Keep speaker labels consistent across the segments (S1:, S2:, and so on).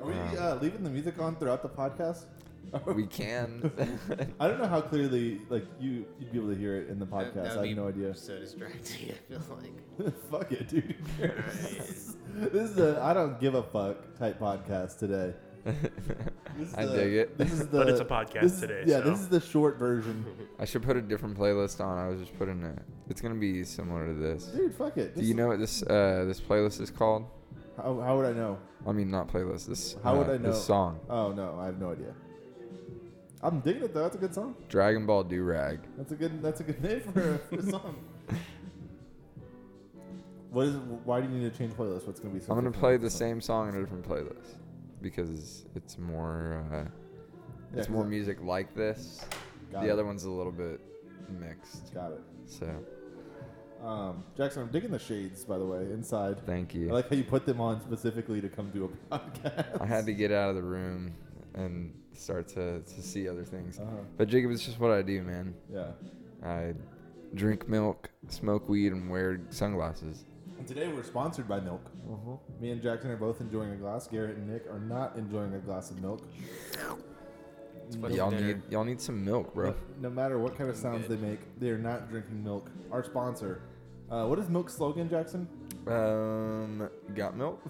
S1: Are we uh, leaving the music on throughout the podcast?
S2: Um, we can.
S1: I don't know how clearly like you you'd be able to hear it in the
S3: That- that
S1: podcast.
S3: would
S1: I
S3: be
S1: have no idea.
S3: So distracting. I feel like.
S1: fuck it, dude. this is a I don't give a fuck type podcast today. This is
S2: I
S1: the-
S2: dig it.
S1: This is the,
S4: But it's a podcast
S1: this is-
S4: today,
S1: Yeah,
S4: so.
S1: this is the short version.
S2: I should put a different playlist on. I was just putting it. It's gonna be similar to this.
S1: Dude, fuck it.
S2: Do
S1: This
S2: you
S1: is-
S2: know what this uh this playlist is called?
S1: How, how would I know?
S2: I mean, not playlist. This
S1: How would
S2: uh,
S1: I know?
S2: This song,
S1: Oh no, I have no idea. I'm digging it though. That's a good song.
S2: Dragon Ball Do Rag.
S1: That's a good. That's a good name for a, for a song. What is? Why do you need to change playlist? What's gonna be? So
S2: I'm gonna
S1: different
S2: play
S1: about
S2: the
S1: this
S2: same song in a different playlist because it's more uh,
S1: song?
S2: it's
S1: Yeah,
S2: more
S1: 'cause
S2: music like this.
S1: I- got
S2: the
S1: it.
S2: other one's a little bit mixed.
S1: Got it.
S2: So
S1: Um, Jackson, I'm digging the shades, by the way, inside.
S2: thank
S1: I
S2: you.
S1: like how you put them on specifically to come do a podcast.
S2: I had to get out of the room and start to, to see other things.
S1: Uh-huh.
S2: But Jacob, it's just what I do, man.
S1: Yeah.
S2: I drink milk, smoke weed, and wear sunglasses.
S1: And today we're sponsored by milk.
S2: Mm-hmm.
S1: Me and Jackson are both enjoying a glass. Garrett and Nick are not enjoying a glass of milk.
S3: what's
S2: Y'all
S3: for dinner.
S2: need y'all need some milk, bro.
S1: No, no matter what kind of sounds
S3: good.
S1: they make, they are not drinking milk. Our sponsor. Uh, what is milk's slogan, Jackson?
S2: Um, got milk?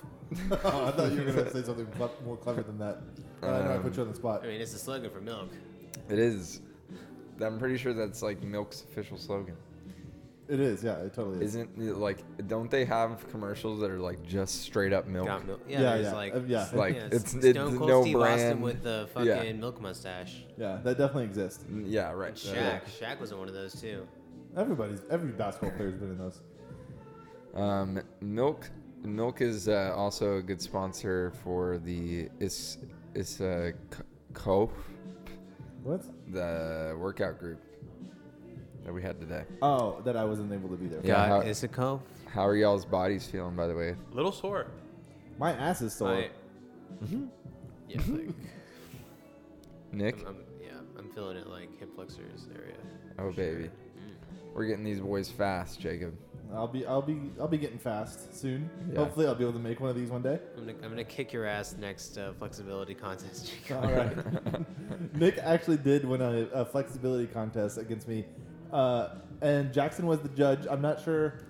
S1: oh, I thought you were going to say something cle- more clever than that. Uh, I know I put you on the spot.
S3: I mean, it's the slogan for milk.
S2: It is. I'm pretty sure that's like milk's official slogan.
S1: It is, yeah, it totally is.
S2: Isn't it like? Don't they have commercials that are like just straight up milk?
S3: Got milk. Yeah,
S1: Yeah,
S3: there's
S1: yeah,
S3: like,
S1: uh, yeah.
S3: s-
S2: Like,
S3: s-
S2: it's-
S3: Stone
S2: it's
S3: Cold
S2: no
S3: Steve Austin
S2: brand.
S3: with the fucking
S2: Yeah.
S3: milk mustache.
S1: Yeah, that definitely exists.
S2: Mm, Yeah, right.
S3: Shaq, Shaq was in one of those too.
S1: Everybody's, every basketball player's been in those.
S2: Um, milk. Milk is uh, also a good sponsor for the is is uh, c- co
S1: What?
S2: the workout group that we had today.
S1: Oh, that I wasn't able to be there.
S2: Yeah,
S3: God,
S2: how-
S3: it's a co.
S2: How are y'all's bodies feeling, by the way?
S4: Little sore.
S1: My ass is sore.
S3: I,
S1: Mm-hmm.
S3: yeah, like,
S2: Nick?
S3: I'm, I'm- yeah, I'm feeling it like hip flexors area.
S2: Oh baby, we're getting these boys fast, Jacob.
S1: I'll be I'll be I'll be getting fast soon.
S2: Yeah.
S1: Hopefully I'll be able to make one of these one day.
S3: I'm gonna, I'm gonna kick your ass next uh, flexibility contest.
S1: All right. Nick actually did win a, a flexibility contest against me, uh, and Jackson was the judge. I'm not sure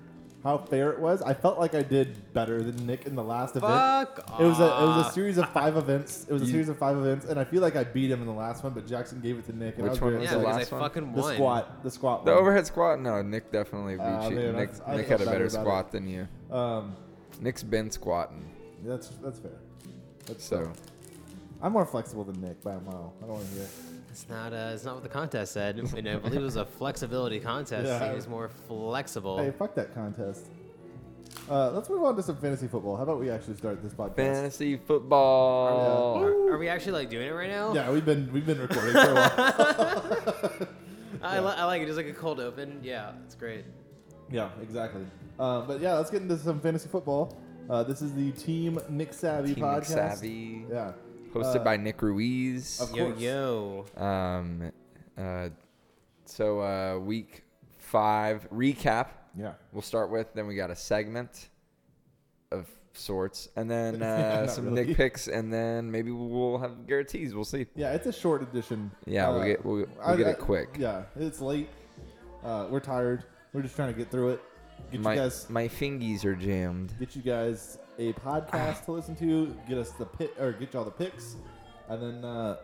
S1: how fair it was. I felt like I did better than Nick in the last event.
S3: Fuck off.
S1: It was a it was a series of five events. It was a
S2: You-
S1: series of five events, and I feel like I beat him in the last one. But Jackson gave it to Nick. And I
S2: Which one
S1: very
S2: was
S3: yeah,
S2: the
S1: upset.
S3: because I
S2: last one?
S3: fucking
S1: The
S3: won.
S1: squat. The squat.
S2: The
S1: one.
S2: overhead squat? No, Nick definitely beat
S1: Ah,
S2: you.
S1: man, I-
S2: Nick,
S1: I
S2: Nick
S1: felt
S2: had a better
S1: bad about
S2: squat than you.
S1: Um,
S2: Nick's been squatting,
S1: that's that's fair. That's
S2: so
S1: I'm more flexible than Nick by a mile. I don't want to hear. it.
S3: It's not. Uh, it's not what the contest said. And I believe it was a flexibility contest.
S1: Yeah.
S3: He was more
S2: Oh.
S3: flexible.
S1: Hey, fuck that contest. Uh, let's move on to some fantasy football. How about we actually start this podcast?
S2: fantasy football.
S3: Are, are we actually like doing it right now?
S2: Oh.
S1: yeah, we've been we've been recording for a while.
S3: I, li- I like it. Just like a cold open. Yeah, it's great.
S1: yeah, exactly. Uh, but yeah, let's get into some fantasy football. Uh, this is the Team Nick Savvy
S2: Team
S1: podcast.
S2: Savvy,
S1: Yeah,
S2: hosted
S1: Uh,
S2: by Nick Ruiz.
S1: of
S3: Yo
S1: course.
S3: yo.
S2: Um, uh, so uh, week five recap.
S1: yeah.
S2: We'll start with then we got a segment of sorts, and then uh,
S1: Not
S2: some
S1: really.
S2: Nick picks, and then maybe we'll have guarantees. We'll see.
S1: Yeah, it's a short edition.
S2: Yeah,
S1: Uh,
S2: we'll get we'll, we'll
S1: I-
S2: get
S1: I-
S2: it quick.
S1: Yeah, it's late. Uh, we're tired. We're just trying to get through it. Get
S2: my
S1: you guys
S2: my fingies are jammed.
S1: get you guys a podcast to listen to, get us the pit or get y'all the picks, and then uh,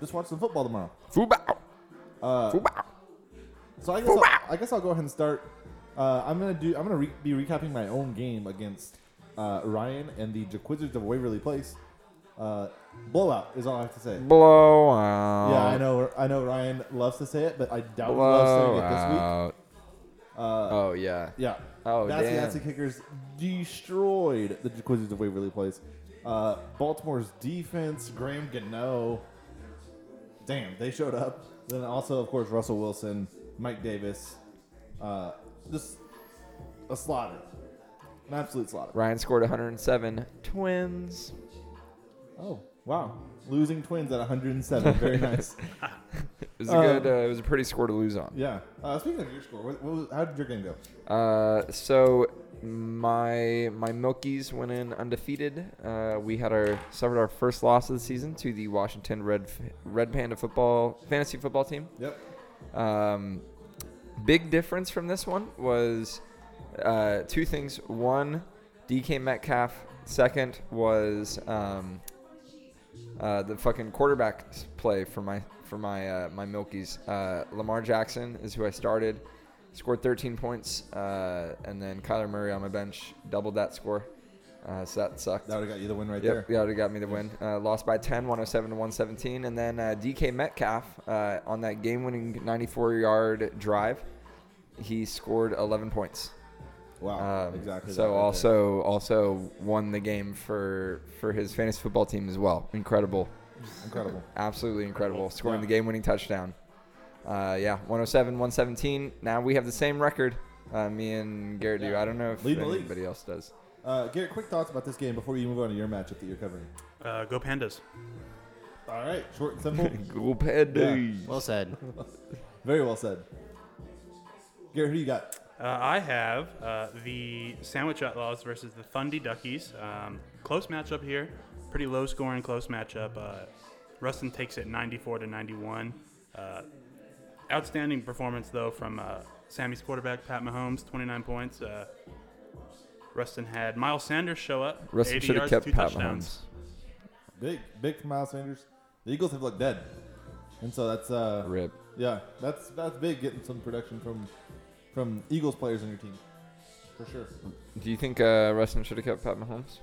S1: just watch some football tomorrow.
S2: Football.
S1: Uh,
S2: Football.
S1: so I guess I'll, I guess I'll go ahead and start. Uh, I'm gonna do. I'm gonna re- be recapping my own game against uh, Ryan and the Jaquizzards of Waverly Place. Uh, blowout is all I have to say.
S2: Blowout.
S1: Yeah, I know. I know Ryan loves to say it, but I doubt he loves saying it this week. Uh,
S2: Blowout. oh yeah.
S1: Yeah.
S2: Oh,
S1: That's
S2: damn.
S1: the Kickers destroyed the Jaquizzes of Waverly Place. Uh, Baltimore's defense, Graham Gano. Damn, they showed up. Then also, of course, Russell Wilson, Mike Davis. Uh, just a slaughter. An absolute slaughter.
S2: Ryan scored 107. Twins.
S1: Oh, wow. Losing twins at 107. Very nice.
S2: It was a good. Uh, it was a pretty score to lose on.
S1: Yeah. Uh, speaking of your score, what, what was, how did your game go?
S2: Uh, so my my Milkies went in undefeated. Uh, we had our suffered our first loss of the season to the Washington Red Red Panda football fantasy football team.
S1: Yep.
S2: Um, big difference from this one was uh, two things. One, DK Metcalf. Second was um, uh, the fucking quarterback s- play for my for my uh, my Milkies. Uh, Lamar Jackson is who I started. Scored 13 points, uh, and then Kyler Murray on my bench doubled that score. Uh, so that sucked.
S1: That would have got you the win right
S2: Yep,
S1: there.
S2: yeah, it got me the win. Uh, lost by 10, 107 to 117. And then uh, DK Metcalf uh, on that game winning 94 yard drive, he scored 11 points.
S1: Wow.
S2: Um,
S1: Oh, exactly. that
S2: So
S1: right there.
S2: also also won the game for for his fantasy football team as well. Incredible,
S1: incredible.
S2: absolutely incredible. Scoring
S1: Yeah.
S2: the game winning touchdown. Uh, yeah, 107, 117. Now we have the same record. Uh, me and Garrett do.
S1: Yeah.
S2: I don't know if
S1: Lead the league.
S2: anybody else does.
S1: Uh, Garrett, quick thoughts about this game before you move on to your matchup that you're covering.
S4: Uh, go Pandas.
S1: All right, short and simple.
S2: Google Pad
S1: Yeah.
S3: Well said.
S1: Very well said. Garrett, who do you got?
S4: Uh, I have uh, the Sandwich Outlaws versus the Thundy Duckies. Um, close matchup here. Pretty low scoring, close matchup. Uh, Rustin takes it 94 to 91. Uh, outstanding performance, though, from uh, Sammy's quarterback, Pat Mahomes, 29 points. Uh, Rustin had Miles Sanders show up.
S2: Russell
S4: 80
S2: should have
S4: yards,
S2: kept
S4: two
S2: Pat
S4: touchdowns.
S2: Mahomes.
S1: Big, big for Miles Sanders. The Eagles have looked dead, and so that's uh,
S2: Rip.
S1: yeah, that's that's big getting some production from from Eagles players on your team, for sure.
S2: Do you think uh, Rustin should have kept Pat Mahomes?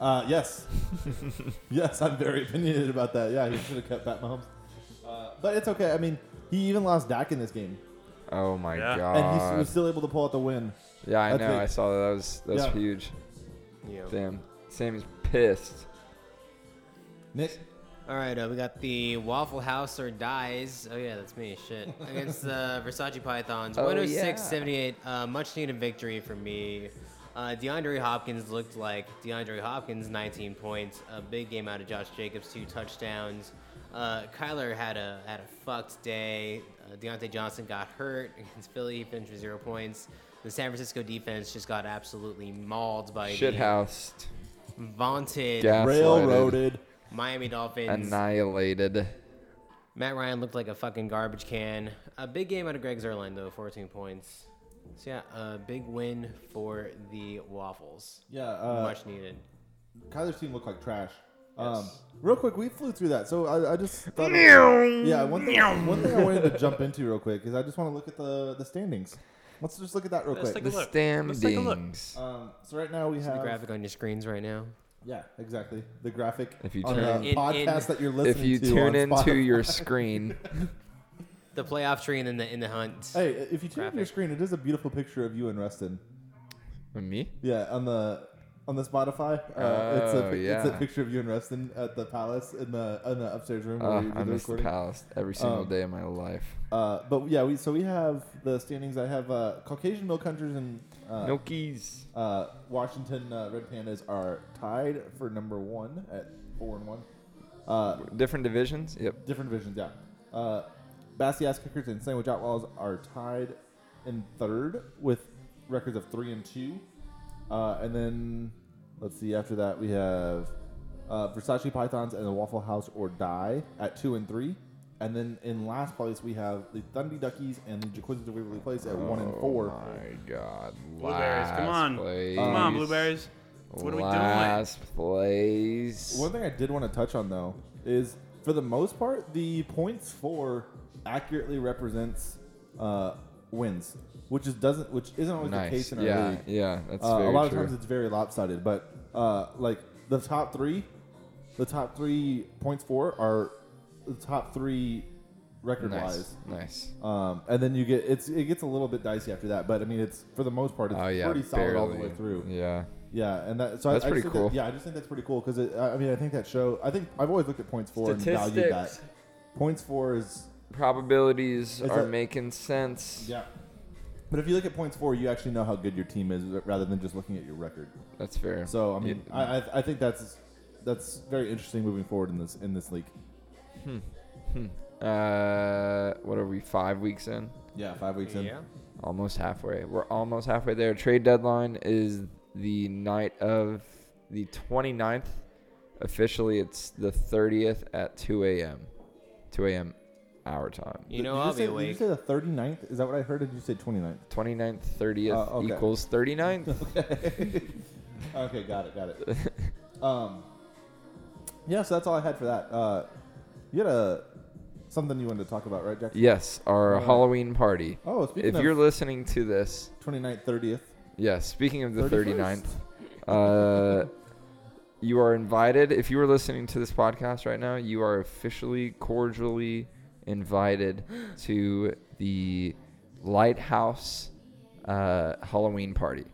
S1: Uh, yes, yes, I'm very opinionated about that. Yeah, he should have kept Pat Mahomes, uh, but it's okay. I mean, he even lost Dak in this game,
S2: Oh my
S4: Yeah.
S2: god!
S1: and he was still able to pull out the win.
S2: yeah, I
S1: that's
S2: know.
S1: big.
S2: I saw that. That was that's
S1: Yeah.
S2: huge.
S3: Yeah.
S2: Damn, Sammy's pissed.
S1: Nick,
S3: All right, uh, we got the Waffle House or Dies. Oh, yeah, that's me. Shit. Against the Versace Pythons.
S2: Oh,
S3: 106
S2: yeah.
S3: 78. Uh, much needed victory for me. Uh, DeAndre Hopkins looked like DeAndre Hopkins, 19 points. A big game out of Josh Jacobs, two touchdowns. Uh, Kyler had a had a fucked day. Uh, Deontay Johnson got hurt against Philly. He finished with zero points. The San Francisco defense just got absolutely mauled by the
S2: Shithoused,
S3: vaunted
S2: Gaslighted.
S1: railroaded.
S3: Miami Dolphins.
S2: annihilated.
S3: Matt Ryan looked like a fucking garbage can. A big game out of Greg Zerline though, 14 points. So yeah, a big win for the Waffles.
S1: Yeah, uh,
S3: Much needed.
S1: Kyler's team looked like trash. Um,
S3: Yes.
S1: real quick, we flew through that, so I, I just thought yeah. One thing, one thing I wanted to jump into real quick is I just want to look at the the standings. Let's just look at that real
S4: Let's
S1: quick.
S4: take
S2: The
S4: a look. Let's take a look.
S2: standings.
S1: Um, so right now we
S3: The
S1: have
S3: graphic on your screens right now.
S1: yeah, exactly the graphic.
S2: If you
S1: on
S2: turn
S1: the
S3: in-
S1: podcast
S3: in-
S1: that you're
S2: If
S1: listening
S2: you
S1: to,
S2: tune
S1: on
S2: into
S1: Spotify-
S2: your screen,
S3: The playoff tree and then the in the hunt.
S1: hey, if you tune into your
S3: graphic.
S1: screen, it is a beautiful picture of you and Rustin.
S2: me,
S1: Yeah, on the on the Spotify, uh, it's a
S2: Oh,
S1: pic- it's a
S2: yeah.
S1: picture of you and Rustin at the palace in the in the upstairs room.
S2: uh,
S1: we did
S2: I
S1: the
S2: miss the
S1: recording.
S2: palace every single
S1: Um,
S2: day of my life.
S1: Uh, but yeah, we so we have the standings. I have uh, Caucasian milk hunters and uh,
S2: Milkies.
S1: uh, Washington uh, Red Pandas are tied for number one at four and one. Uh,
S2: Different divisions. Yep.
S1: different divisions, yeah. Uh, Bassy Ass Kickers and Sandwich Outlaws are tied in third with records of three and two. Uh, and then let's see. After that, we have uh, Versace Pythons and the Waffle House or Die at two and three. And then in last place, we have the Thundy Duckies and the Jacuzzis of Waverly Place at one and
S2: Oh
S1: four.
S2: my god.
S4: Blueberries. Come
S2: Last
S4: on.
S2: place.
S4: Come on, Blueberries. What are we doing?
S2: Last place.
S1: One thing I did want to touch on though is, for the most part, the points for accurately represents uh, wins, which is doesn't which isn't always
S2: nice.
S1: the case in our
S2: yeah,
S1: league.
S2: yeah, that's
S1: Uh,
S2: very
S1: a lot
S2: true.
S1: of times it's very lopsided, but uh, like the top three, the top three points for are the top three record
S2: nice,
S1: wise.
S2: nice.
S1: Um, and then you get it's it gets a little bit dicey after that, but I mean it's for the most part it's
S2: Oh yeah,
S1: pretty solid all the way
S2: barely.
S1: through.
S2: Yeah,
S1: Yeah, and that, so I-
S2: That's
S1: I, just
S2: pretty
S1: think
S2: cool.
S1: That, yeah, I just think that's pretty cool because I I mean I think that show. I think I've always looked at points for and valued that.
S2: Statistics.
S1: Points for is
S2: probabilities
S1: It's
S2: are
S1: a-
S2: making sense.
S1: yeah, but if you look at points for, you actually know how good your team is rather than just looking at your record.
S2: That's fair.
S1: So I mean,
S2: Yeah.
S1: I, I I think that's that's very interesting moving forward in this in this league.
S2: uh, what are we five weeks in?
S1: Yeah, five weeks in.
S3: Yeah.
S2: almost halfway. We're almost halfway there. Trade deadline is the night of the 29th. Officially, it's the 30th at 2 a.m. 2 a.m. our time.
S3: You know,
S1: did
S3: I'll
S1: say,
S3: be awake.
S1: Did you say the 39th? Is that what I heard? Or did you say 29th?
S2: 29th, 30th
S1: Oh, okay.
S2: equals 39th.
S1: Okay, got it, got it. um, yeah, so that's all I had for that. Uh, you had a something you wanted to talk about, right, Jack?
S2: yes, our
S1: Alright.
S2: Halloween party.
S1: Oh, speaking
S2: if
S1: of
S2: you're listening to this,
S1: 29th, 30th,
S2: Yeah, speaking of the
S1: 31st.
S2: 39th, uh, you are invited. If you are listening to this podcast right now, you are officially, cordially invited to the Lighthouse uh, Halloween party.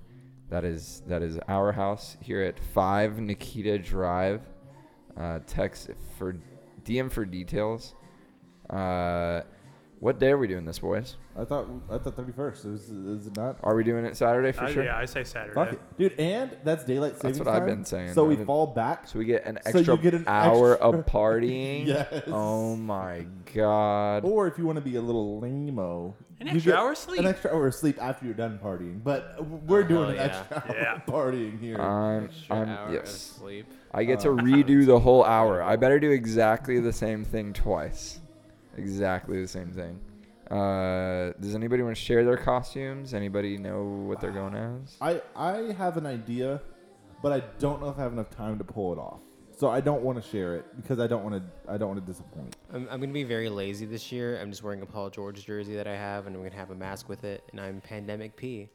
S2: That is that is our house here at Five Nikita Drive. Uh, text for DM for details. Uh, what day are we doing this, boys?
S1: I thought I thought 31st. Is, is it not?
S2: Are we doing it Saturday for
S4: I,
S2: sure?
S4: Uh, Yeah, I say Saturday.
S1: Fuck it. Dude, and that's daylight savings
S2: what I've
S1: time,
S2: been saying.
S1: So
S2: I
S1: we
S2: didn't-
S1: fall back.
S2: So we get an
S1: So you
S2: extra
S1: get an
S2: hour
S1: extra-
S2: of partying.
S1: Yes.
S2: Oh my god.
S1: Or if you want to be a little lameo,
S4: An
S1: you
S4: extra
S1: get
S4: hour of sleep.
S1: An extra hour of sleep after you're done partying. But
S2: Oh,
S1: we're doing an
S3: yeah.
S1: extra hour
S4: Yeah.
S1: of partying here.
S2: I'm,
S3: Extra hour
S2: I'm
S3: of
S2: yes.
S3: sleep.
S2: I get to redo the whole hour. I better do exactly the same thing twice. Exactly the same thing. Uh, does anybody want to share their costumes? Anybody know what they're going as?
S1: I I have an idea, but I don't know if I have enough time to pull it off. So I don't want to share it because I don't want to. I don't want to disappoint.
S3: I'm, I'm gonna be very lazy this year. I'm just wearing a Paul George jersey that I have, and I'm gonna have a mask with it, and I'm pandemic P.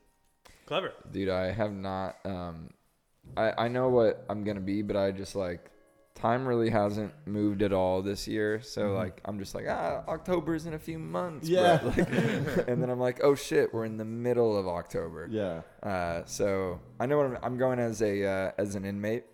S4: Clever.
S2: Dude, I have not. Um, I I know what I'm gonna be, but I just like time really hasn't moved at all this year. So like I'm just like ah, October's in a few months. bro."
S1: Mm-hmm. Yeah.
S2: Like, and then I'm like, oh shit, we're in the middle of October.
S1: Yeah.
S2: Uh, so I know what I'm, I'm going as a uh, as an inmate.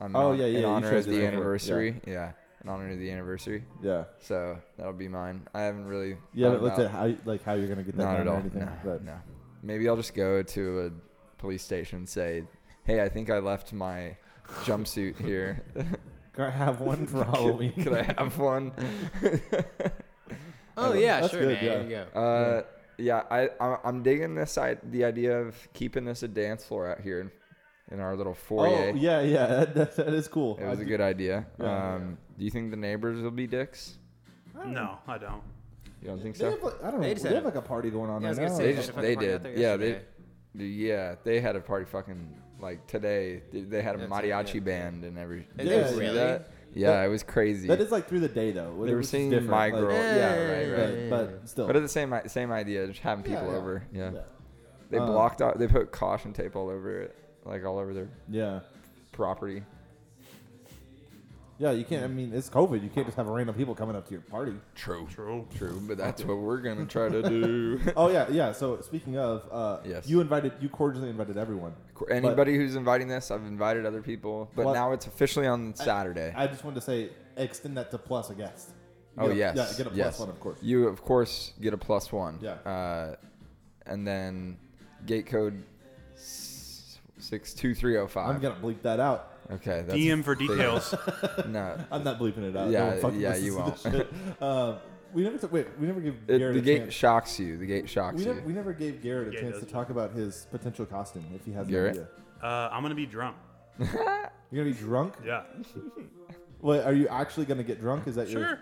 S2: I'm
S1: Oh,
S2: on-
S1: yeah, yeah,
S2: In
S1: you
S2: honor
S1: showed
S2: of
S1: this
S2: the
S1: before.
S2: anniversary. Yeah. In honor of the anniversary.
S1: Yeah.
S2: So that'll be mine. I haven't really.
S1: Yeah.
S2: thought
S1: But looked
S2: about-
S1: at how you- like how you're gonna get that
S2: not
S1: done
S2: at
S1: or
S2: all.
S1: anything.
S2: No,
S1: but
S2: no. Maybe I'll just go to a police station, say, "Hey, I think I left my jumpsuit here.
S1: Can I have one for
S2: Could,
S1: Halloween?
S2: could I have one?"
S3: Oh yeah,
S1: that's
S3: sure,
S1: good,
S3: man.
S1: yeah.
S3: Here you go.
S2: Uh, yeah, I, I I'm digging this. I, the idea of keeping this a dance floor out here in, in our little foyer.
S1: Oh yeah, yeah. That, that, that is cool.
S2: It was
S1: I
S2: a
S1: do-
S2: good idea.
S1: Yeah.
S2: um, Do you think the neighbors will be dicks?
S5: Oh.
S4: No, I don't.
S2: You don't think
S1: They
S2: so?
S1: have, like, I don't know.
S3: They
S1: They,
S3: just had
S1: have
S3: a-
S1: like a party going on
S3: Yeah, I
S1: right
S3: was gonna
S1: now.
S3: say,
S2: They
S3: had a
S2: just
S3: fucking
S2: they
S3: party
S2: did.
S3: out there
S2: Yeah, they
S3: yesterday.
S2: yeah, they had a party fucking like today. They, they had a
S3: That's it, yeah,
S2: mariachi
S3: yeah.
S2: band and every. Did
S3: Is
S1: it
S2: you see
S3: really?
S2: that? Yeah,
S1: That-
S2: it was crazy.
S1: that is like through the day though.
S2: they were
S1: which is
S2: singing
S1: different,
S2: My
S1: like,
S2: Girl. yeah, right, right.
S1: But, but still.
S2: But it's the same i- same idea, just having
S1: Yeah,
S2: people
S1: yeah.
S2: over. Yeah.
S1: yeah.
S2: They
S1: Um,
S2: blocked out. They put caution tape all over it, like all over their
S1: Yeah.
S2: property.
S1: Yeah, you can't. I mean, it's COVID. You can't just have random people coming up to your party.
S2: True.
S4: True.
S2: True. But that's what we're gonna try to do.
S1: Oh yeah, yeah. So speaking of, uh,
S2: Yes.
S1: you invited, you cordially invited everyone.
S2: Cor- Anybody who's inviting this, I've invited other people, but
S1: Well-
S2: now it's officially on Saturday.
S1: I just wanted to say, extend that to plus a guest.
S2: oh
S1: Get a-
S2: yes,
S1: yeah, get a plus
S2: yes.
S1: one, of course.
S2: You of course get a plus one.
S1: Yeah.
S2: Uh, and then gate code s- six two three zero
S1: I'm
S2: five.
S1: gonna bleep that out.
S2: Okay. That's
S4: DM for details. Uh,
S2: No.
S1: I'm not bleeping it out.
S2: Yeah,
S1: one fucking
S2: yeah,
S1: listens
S2: you
S1: to this shit. Um, we never took. Wait, we never give
S2: It,
S1: Garrett
S2: the
S1: a
S2: gate
S1: chance.
S2: shocks you. The gate shocks
S1: we,
S2: you.
S1: never, we never gave Garrett a
S4: Yeah, it
S1: chance to
S4: does.
S1: talk about his potential costume if he has
S2: Garrett?
S1: an idea.
S4: Uh, I'm gonna be drunk.
S1: You're gonna be drunk.
S4: Yeah.
S1: Wait, are you actually gonna get drunk? Is that your?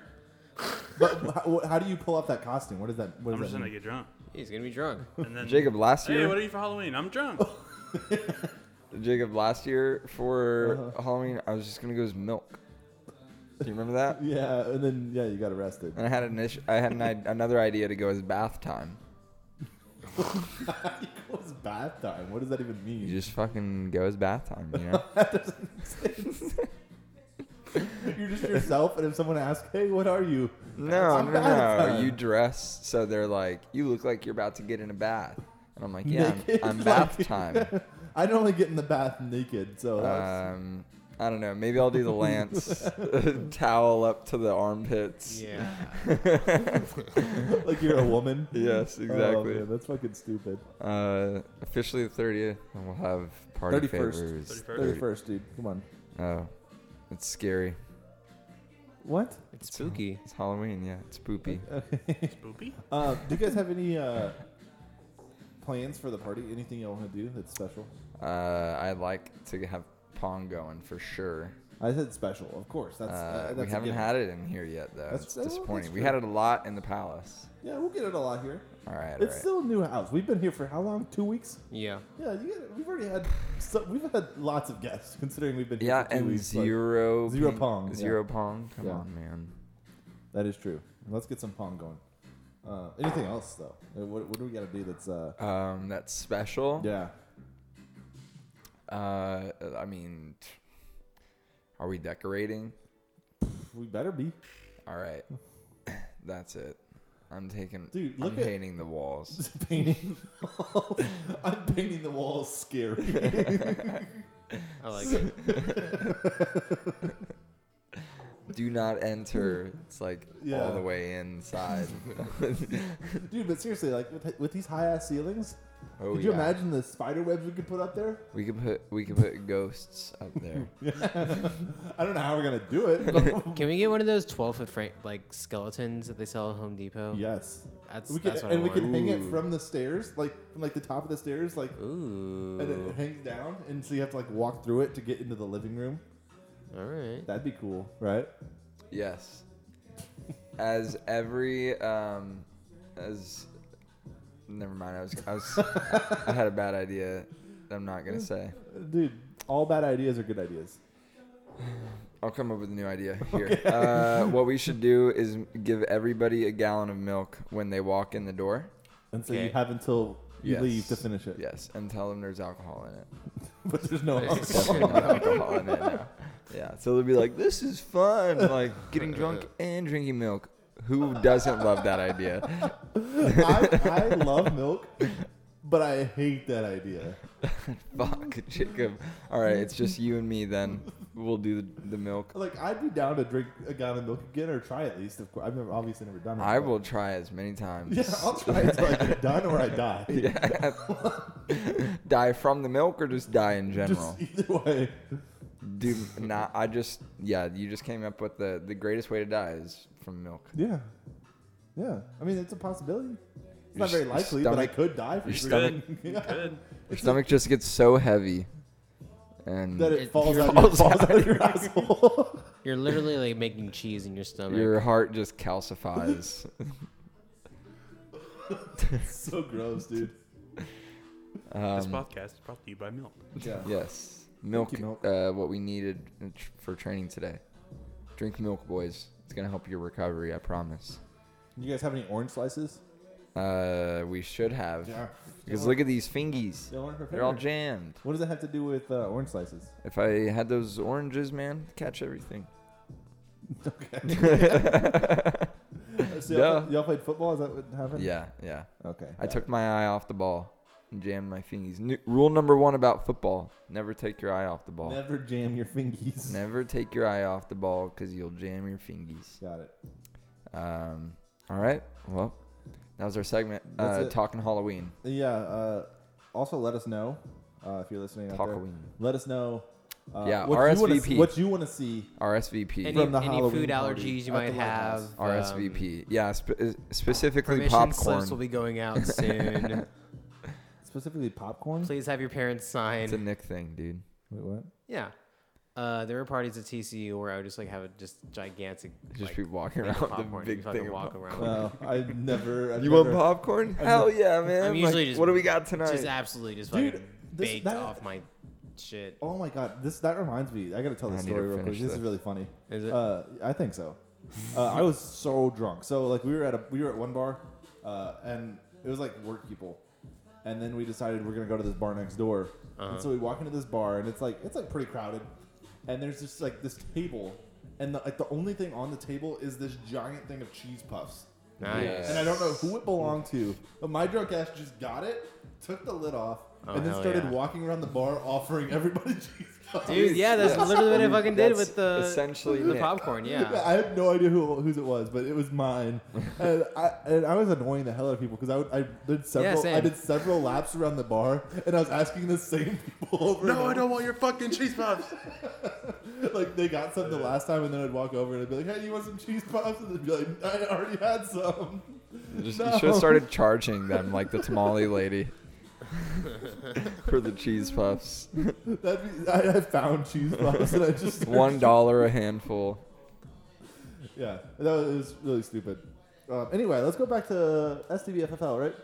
S4: Sure.
S1: But how, how do you pull off that costume? What is that? What
S4: I'm
S1: does
S4: just
S1: that
S4: gonna
S1: mean?
S4: get drunk.
S3: He's gonna be drunk.
S4: And then
S2: Jacob last
S4: Hey,
S2: year.
S4: what are you for Halloween? I'm drunk.
S2: Jacob last year for
S1: Uh-huh.
S2: Halloween, I was just gonna go as milk. Do you remember that?
S1: Yeah, and then yeah, you got arrested.
S2: And I had an ish- I had an, i- another idea to go as bath time.
S1: What was bath time? What does that even mean?
S2: You just fucking go as bath time, you know?
S1: You're just yourself, and if someone asks, "Hey, what are you?"
S2: no, no,
S1: I'm bath
S2: no.
S1: time.
S2: You dress so they're like, you look like you're about to get in a bath. And I'm like, yeah,
S1: Naked,
S2: I'm, I'm bath
S1: like-
S2: time.
S1: I normally get in the bath naked, so that's,
S2: Um, I don't know. Maybe I'll do the lance towel up to the armpits.
S3: Yeah.
S1: like you're a woman.
S2: Yes,
S1: Oh,
S2: exactly.
S1: man, that's fucking stupid.
S2: Uh, officially the 30th, and we'll have party
S1: 31st.
S2: favors.
S4: 31st.
S1: Thirty first, dude. Come on.
S2: Oh, it's scary.
S1: What?
S3: it's spooky.
S2: It's Halloween, yeah. It's poopy.
S1: Um,
S4: Spoopy.
S1: Uh, do you guys have any uh, plans for the party? Anything y'all want to do that's special?
S2: Uh, I'd like to have Pong going for sure.
S1: I said special, of course. That's, uh,
S2: Uh,
S1: that's
S2: we
S1: a
S2: haven't
S1: given.
S2: had it in here yet, though.
S1: That's-
S2: it's
S1: that's
S2: disappointing. We
S1: true.
S2: had it a lot in the palace.
S1: Yeah, we'll get it a lot here.
S2: All right, all
S1: It's
S2: right.
S1: still a new house. We've been here for how long? Two weeks.
S3: Yeah.
S1: Yeah, you get, we've already had so, we've had lots of guests considering we've been here
S2: yeah,
S1: for two
S2: and
S1: weeks, but
S2: zero
S1: Zero
S2: ping-
S1: Pong, yeah.
S2: Zero Pong. Come
S1: Yeah.
S2: on, man.
S1: that is true. Let's get some pong going. Uh, anything else though? Uh, What, what do we got to do? That's uh,
S2: Um, that's special.
S1: yeah.
S2: Uh, I mean, t- are we decorating?
S1: We better be,
S2: All right, that's it. I'm taking.
S1: Dude,
S2: I'm
S1: look at-
S2: painting the walls.
S1: painting. I'm painting the walls scary.
S3: I like it.
S2: Do not enter. It's like
S1: Yeah.
S2: all the way inside.
S1: Dude, but seriously, like with, with these high ass ceilings,
S2: oh
S1: could you
S2: yeah.
S1: imagine the spider webs we could put up there?
S2: We could put we could put ghosts up there.
S1: I don't know how we're gonna do it. but-
S3: Can we get one of those 12 foot fra- like skeletons that they sell at Home
S2: Oh.
S3: Depot?
S1: yes,
S3: That's,
S1: we can,
S3: that's what
S1: and
S3: I
S1: we
S3: want.
S1: can hang it
S2: Ooh.
S1: from the stairs, like from like the top of the stairs, like and
S3: Ooh.
S1: it hangs down, and so you have to like walk through it to get into the living room.
S3: All right.
S1: That'd be cool, right?
S2: Yes. As every um, as never mind. I was I was I had a bad idea. that I'm not gonna say.
S1: Uh, Dude, all bad ideas are good ideas.
S2: I'll come up with a new idea here. Uh, what we should do is give everybody a gallon of milk when they walk in the door.
S1: And so you
S3: Okay.
S1: have until you
S2: Yes.
S1: leave to finish it.
S2: Yes, and tell them there's alcohol in it.
S1: but there's no
S2: There's definitely not alcohol in it now. Yeah, so they'll be like, "This is fun!" Like getting drunk and drinking milk. Who doesn't love that idea?
S1: I, I love milk, but I hate that idea.
S2: Fuck, Jacob. All right, it's just you and me then. We'll do the, the milk.
S1: Like I'd be down to drink a gallon of milk again, or try at least. Of course, I've never obviously never done it.
S2: I
S1: but-
S2: will try as many times.
S1: Yeah, I'll try until I get done or I die.
S2: Yeah. die from the milk or just die in general?
S1: Just either way.
S2: Dude, nah, I just, yeah, you just came up with the, the greatest way to die is from milk.
S1: Yeah. Yeah. I mean, it's a possibility. It's not
S2: Your
S1: very
S2: s-
S1: likely, but I
S2: stomach-
S1: could die from
S2: your
S1: drinking-
S4: Good.
S1: Yeah.
S4: Good.
S2: Your stomach just gets so heavy. And
S1: That it,
S3: It
S1: falls, out,
S2: Mm. falls
S1: falls out of your asshole.
S3: You're literally like making cheese in your stomach.
S2: your heart just calcifies.
S1: so gross, dude.
S4: This
S2: Um,
S4: podcast is brought to you by milk.
S1: Yeah.
S2: yes. Milk,
S1: you, milk.
S2: Uh, what we needed tr- for training today. Drink milk, boys. It's going to help your recovery, I promise.
S1: You guys have any orange slices?
S2: Uh, we should have. Because look at these fingies.
S1: They weren't her
S2: They're all
S1: favorite.
S2: jammed.
S1: What does that have to do with uh, orange slices?
S2: If I had those oranges, man, catch everything.
S1: So y'all,
S2: Duh.
S1: y'all played football? Is that what happened?
S2: Yeah, yeah.
S1: Okay.
S2: I took my eye off the ball and jammed my fingies. New, rule number one about football never take your eye off the ball.
S1: Never jam your fingies.
S2: Never take your eye off the ball because you'll jam your fingies.
S1: Got it.
S2: Um, all right. Well, that was our segment.
S1: That's
S2: Uh,
S1: it.
S2: talking Halloween.
S1: Yeah. Uh, also, let us know uh, if you're listening. out there.
S2: Halloween.
S1: Let us know. Uh,
S2: Yeah,
S1: what you wanna s-
S2: RSVP.
S1: what you want to see
S2: RSVP.
S3: any
S1: From the
S3: any
S1: Halloween
S3: food
S1: party
S3: allergies you
S1: at the
S3: might
S1: White
S3: have.
S1: House.
S3: um,
S2: RSVP. yeah, sp- uh, specifically
S3: permission
S2: popcorn.
S3: slips will be going out soon.
S1: specifically popcorn.
S3: Please have your parents
S2: it's a
S3: sign.
S2: Nick thing, dude.
S1: Wait, what?
S3: Yeah. Uh, there were parties at TCU where I would just like have a just gigantic
S2: Just
S3: like,
S2: be walking
S3: thing of
S2: around with a
S3: popcorn.
S2: big
S3: Just fucking
S2: thing. of
S3: walk
S2: popcorn.
S3: around.
S1: No, I never. I've
S2: You
S1: never,
S2: want popcorn? Hell yeah, man!
S3: I'm usually
S2: Like,
S3: just
S2: what do we got tonight?
S3: Just absolutely just
S1: Dude,
S3: fucking
S1: this-
S3: baked
S1: that-
S3: off my shit.
S1: Oh my god, this that reminds me. I gotta tell
S2: I
S1: this
S2: need to
S1: story real quick.
S2: finish
S1: This is
S2: this.
S1: really funny.
S3: Is it?
S1: Uh, I think so. Uh, I was so drunk. So like we were at a we were at one bar, uh, and it was like work people, and then we decided we're gonna go to this bar next door.
S3: Uh-huh.
S1: And so we walk into this bar, and it's like it's like pretty crowded, and there's just like this table, and the, like the only thing on the table is this giant thing of cheese puffs.
S3: Nice.
S2: Yeah.
S1: And I don't know who it belonged to, but my drunk ass just got it, took the lid off,
S3: Oh,
S1: and then
S3: hell
S1: started
S3: yeah.
S1: walking around the bar offering everybody cheese puffs.
S3: Dude, yeah, that's
S2: Yes.
S3: literally what I fucking did
S2: That's
S3: with the
S2: essentially
S3: the
S2: Nick.
S3: popcorn. Yeah.
S1: I had no idea who whose it was, but it was mine, and I and I was annoying the hell out of people because I, would- I did several I
S3: same.
S1: did several laps around the bar, and I was asking the same people over. and
S5: No, I
S1: over.
S5: don't want your fucking cheese puffs.
S1: Like they got some the last time, and then I'd walk over and I'd be like, "Hey, you want some cheese puffs?" And they'd be like, "I already had some."
S2: Just,
S1: No.
S2: You should have started charging them like the tamale lady. for the cheese puffs.
S1: That'd be, I, I found cheese puffs and I just
S2: One dollar a handful.
S1: yeah, that was really stupid. Um, anyway, let's go back to STBFFL, right?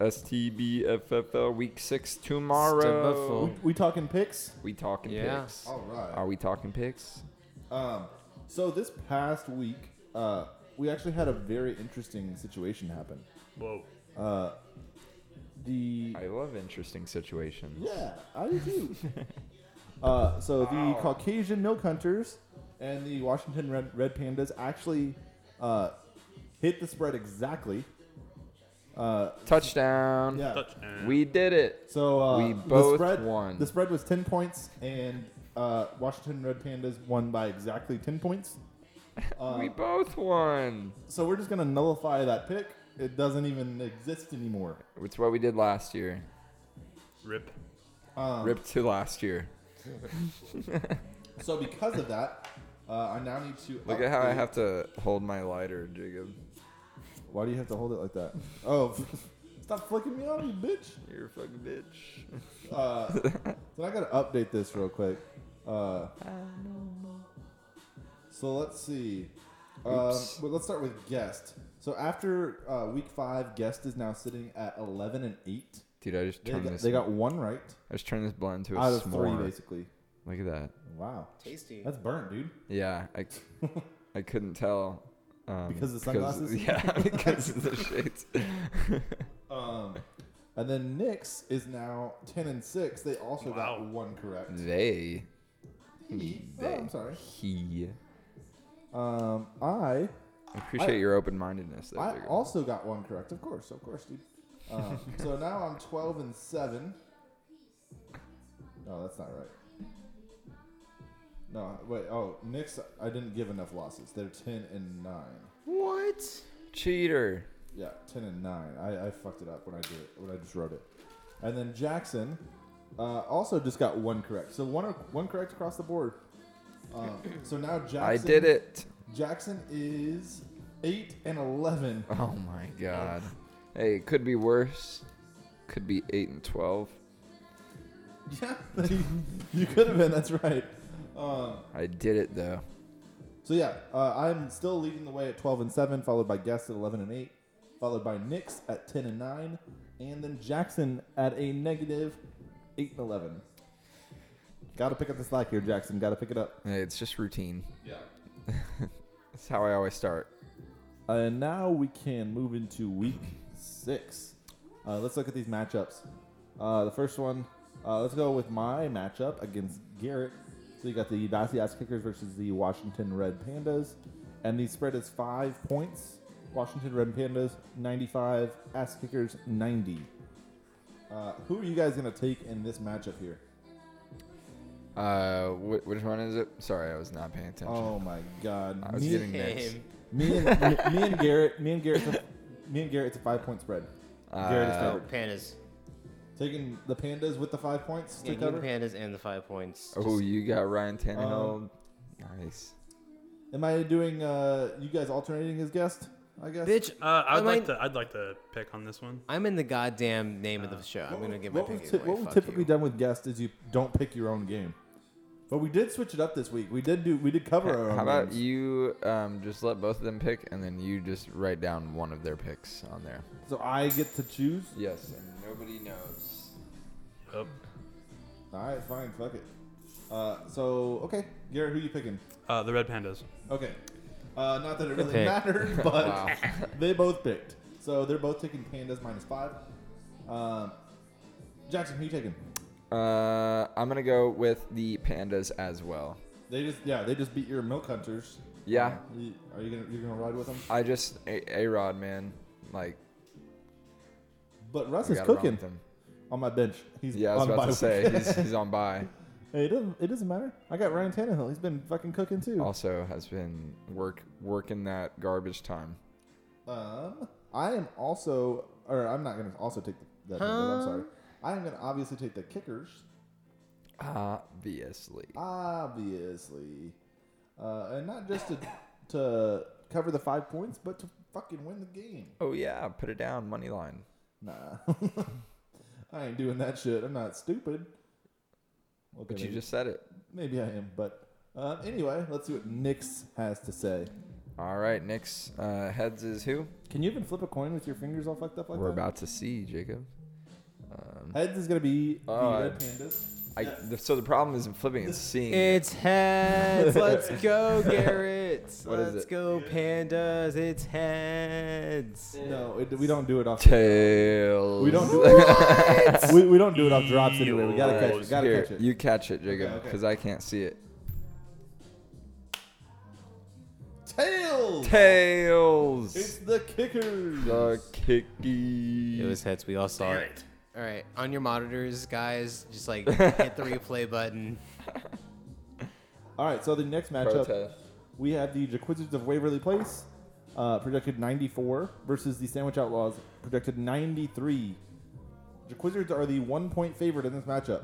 S2: STBFFL week six tomorrow.
S3: Stubuffle.
S1: We talking picks?
S2: We talking
S3: Yeah.
S2: picks?
S1: All right.
S2: Are we talking picks?
S1: Um, so this past week, uh, we actually had a very interesting situation happen. Uh,
S4: Whoa.
S1: The
S2: I love interesting situations.
S1: yeah, I do too. uh, so the Caucasian milk hunters and the Washington red, red pandas actually uh, hit the spread exactly. Uh,
S2: Touchdown.
S1: yeah.
S4: Touchdown.
S2: We did it.
S1: So uh,
S2: We
S1: the
S2: both
S1: spread,
S2: won.
S1: The spread was ten points, and uh, Washington Red Pandas won by exactly ten points. Uh,
S2: we both won.
S1: So we're just gonna nullify that pick. It doesn't even exist anymore.
S2: It's what we did last year.
S4: Rip.
S1: Um,
S2: Ripped to last year.
S1: So because of that, uh, I now need to
S2: Look at how I
S1: update-
S2: have to hold my lighter, Jacob.
S1: Why do you have to hold it like that? Oh, stop flicking me on, you bitch.
S2: You're a fucking bitch.
S1: Uh, so I gotta update this real quick. Uh, so let's see. Um,
S2: Oops.
S1: well, let's start with guest. So after uh, week five, guest is now sitting at eleven and eight.
S2: Dude, I just
S1: They
S2: turned
S1: got,
S2: this.
S1: they got one right
S2: I just turned this blunt into a
S1: out of
S2: s'more.
S1: three, basically.
S2: Look at that.
S1: Wow,
S3: Tasty.
S1: that's burnt, dude.
S2: Yeah, I, I couldn't tell. Um,
S1: Because of the sunglasses?
S2: yeah, because of the shades.
S1: Um, and then Knicks is now ten and six. They also got
S4: Wow.
S1: one correct.
S2: They.
S1: Oh, I'm sorry.
S2: He.
S1: Um, I
S2: I appreciate your open mindedness. there,
S1: I
S2: Jacob.
S1: also got one correct, of course, of course, dude. Um, so now I'm 12 and 7. No, that's not right. No, wait. Oh, Knicks, I didn't give enough losses. They're 10 and 9.
S3: What?
S2: Cheater.
S1: Yeah, 10 and 9. I, I fucked it up when I did it, when I just wrote it. And then Jackson uh, also just got one correct. So one, one correct across the board. Um, so now Jackson.
S2: I did it.
S1: Jackson is 8 and 11.
S2: Oh my god. Hey, it could be worse. Could be 8 and 12.
S1: Yeah, you could have been. That's right. Um,
S2: I did it though.
S1: so yeah, uh, I'm still leading the way at 12 and seven, followed by Guest at 11 and eight, followed by Knicks at 10 and nine, and then Jackson at a negative eight and 11. Got to pick up the slack here, Jackson. Got to pick it up.
S2: Hey, it's just routine.
S1: Yeah.
S2: That's how I always start.
S1: And now we can move into week six. Uh, let's look at these matchups. Uh, the first one, uh, let's go with my matchup against Garrett. So you got the Vassy Ass Kickers versus the Washington Red Pandas. And the spread is five points. Washington Red Pandas, 95. Ass Kickers, 90. Uh, who are you guys going to take in this matchup here?
S2: Uh, wh- which one is it? Sorry, I was not paying attention.
S1: Oh my God.
S2: I was
S1: me,
S2: getting mixed.
S3: Damn.
S1: me, and, me, me and Garrett, me and Garrett's a, me and Garrett's a five point spread. Garrett is
S2: Uh,
S1: favored.
S3: Pandas.
S1: Taking the pandas with the five points to
S3: Yeah, give me the
S1: cover.
S3: pandas and the five points.
S2: Oh, you got Ryan Tannehill. nice.
S1: Am I doing uh, you guys alternating as guest? I guess.
S3: Bitch,
S4: Uh, I'd
S3: am
S4: like
S3: I-
S4: to. I'd like to pick on this one.
S3: I'm in the goddamn name of the show. I'm gonna get my
S1: what
S3: pinky
S1: we've, ti-
S3: away.
S1: what we've
S3: Fuck
S1: typically
S3: you.
S1: done with guests is you don't pick your own game, but we did switch it up this week. We did do we did cover our own.
S2: How about
S1: games.
S2: you um, just let both of them pick, and then you just write down one of their picks on there?
S1: So I get to choose.
S2: Yes, and nobody knows.
S4: Oh.
S1: All right, fine, fuck it. Uh, so okay, Garrett, who you picking?
S4: Uh, the red pandas.
S1: Okay, uh, not that it really
S3: pick.
S1: mattered, but
S2: Wow.
S1: they both picked. So they're both taking pandas minus five. Um, Jackson, who you taking?
S2: Uh, I'm gonna go with the pandas as well.
S1: They just yeah, they just beat your milk hunters.
S2: Yeah.
S1: Are you, are you gonna you're gonna ride with them?
S2: I just a Rod man, like
S1: But Russ
S2: I
S1: is
S2: got it wrong
S1: cooking
S2: with him.
S1: on my bench. He's
S2: Yeah, I was
S1: on
S2: about
S1: bye
S2: to say
S1: week.
S2: he's, he's on by.
S1: Hey, it doesn't it doesn't matter. I got Ryan Tannehill. He's been fucking cooking too.
S2: Also has been work working that garbage time.
S1: Um, I am also, or I'm not gonna also take the, the Panthers, I'm sorry. I am gonna obviously take the kickers.
S2: Ah. Obviously.
S1: Obviously, uh, and not just to to cover the five points, but to fucking win the game.
S2: Oh yeah, put it down money line.
S1: Nah. I ain't doing that shit. I'm not stupid. Okay,
S2: But you
S1: maybe-
S2: just said it.
S1: maybe I am, but um, anyway, let's see what Nix has to say.
S2: All right, next uh, heads is who?
S1: Can you even flip a coin with your fingers all fucked up like
S2: We're
S1: that?
S2: about to see Jacob. Um,
S1: Heads is gonna be the
S2: Uh,
S1: red pandas.
S2: I, th- so the problem isn't flipping; it's seeing. it.
S3: It's heads. Let's go, Garrett.
S2: What is
S3: Let's
S2: it?
S3: go, pandas. It's heads.
S1: No, it, we don't do it off.
S2: tails.
S1: We don't do it. we, we don't do it off drops
S4: Eels.
S1: anyway. We gotta catch it.
S4: Alright,
S1: Gotta
S2: Here,
S1: catch it.
S2: You catch it, Jacob,
S1: okay.
S2: because I can't see it.
S1: Tails. It's
S2: Tails.
S1: the kickers.
S2: The kicky.
S3: It was heads. We all saw it.
S4: Alright.
S3: All right, on your monitors, guys, just like hit the replay button.
S1: All right, so the next matchup
S2: protest.
S1: we have the Jaquizzids of Waverly Place, uh, projected 94, versus the Sandwich Outlaws, projected 93. Jaquizzids are the one point favorite in this matchup.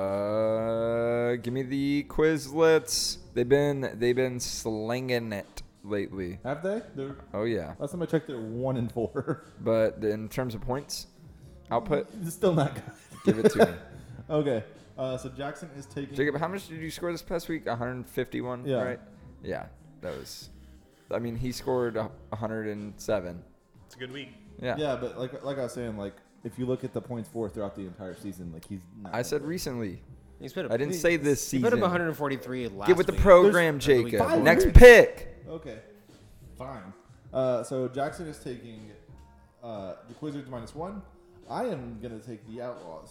S2: Ju- give me the Quizlets. They've been they've been slinging it lately.
S1: Have they? They're,
S2: Oh yeah,
S1: last time I checked, they're one and four.
S2: but in terms of points, output,
S1: It's still not good.
S2: give it to me.
S1: Okay, uh, so Jackson is taking.
S2: Jacob, how much did you score this past week? 151,
S1: Yeah.
S2: right? Yeah, that was. I mean, he scored a 107.
S4: It's a good week.
S2: Yeah.
S1: Yeah, but like like I was saying, like if you look at the points for throughout the entire season, like he's. Not
S2: I said recently.
S3: He's put up,
S2: I didn't say this
S3: He put up
S2: season.
S3: 143 last.
S2: Get with the
S3: week.
S2: program,
S3: Or the week
S2: Jacob.
S1: before.
S2: Next pick.
S1: Okay, fine. Uh, so Jackson is taking uh, the Quizards minus one. I am gonna take the Outlaws.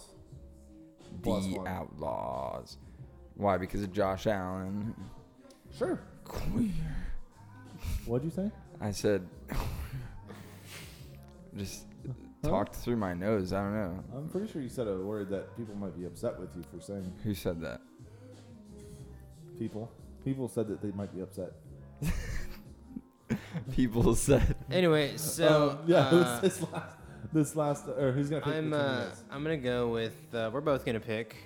S1: Plus
S2: The
S1: one.
S2: Outlaws. Why? Because of Josh Allen.
S1: Sure. What'd you say?
S2: I said, just talked through my nose. I don't know.
S1: I'm pretty sure you said a word that people might be upset with you for saying.
S2: Who said that?
S1: People, people said that they might be upset.
S2: People said. Uh,
S3: Anyway, so
S1: Um, yeah, it was
S3: uh,
S1: this last, this last, or who's gonna pick
S3: I'm
S1: which one
S3: uh,
S1: it is?
S3: I'm gonna go with uh, we're both gonna pick,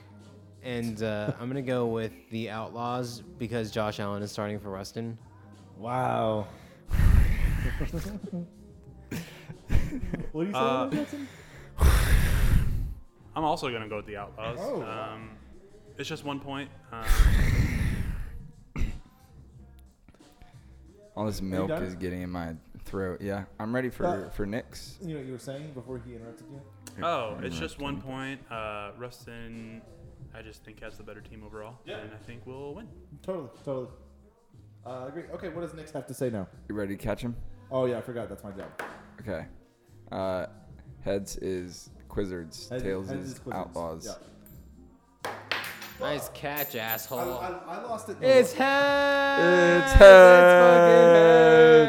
S3: and uh, I'm gonna go with the Outlaws because Josh Allen is starting for Ruston.
S1: Wow. what do you say,
S4: Uh,
S1: Jackson?
S4: I'm also gonna go with the Outlaws.
S1: Oh.
S4: Um, it's just one point. Um,
S2: All this milk
S1: done?
S2: is getting in my throat. Yeah, I'm ready for
S1: Uh,
S2: for Nick's.
S1: You know what you were saying before he interrupted you?
S4: oh, it's just one point. Uh, Rustin, I just think has the better team overall, and I think we'll win.
S1: Totally, totally. Uh, agree. Okay, what does Nick have to say now?
S2: You ready to catch him?
S1: Oh yeah, I forgot. That's my job.
S2: Okay. Uh, heads is Quizzards.
S1: Heads-
S2: tails
S1: heads
S2: is,
S1: is Quizzards.
S2: Outlaws.
S1: Yeah.
S3: Nice catch,
S1: I,
S3: asshole.
S1: I, I lost it.
S3: it's
S1: Hold
S3: heads.
S2: It's
S3: It's
S2: heads.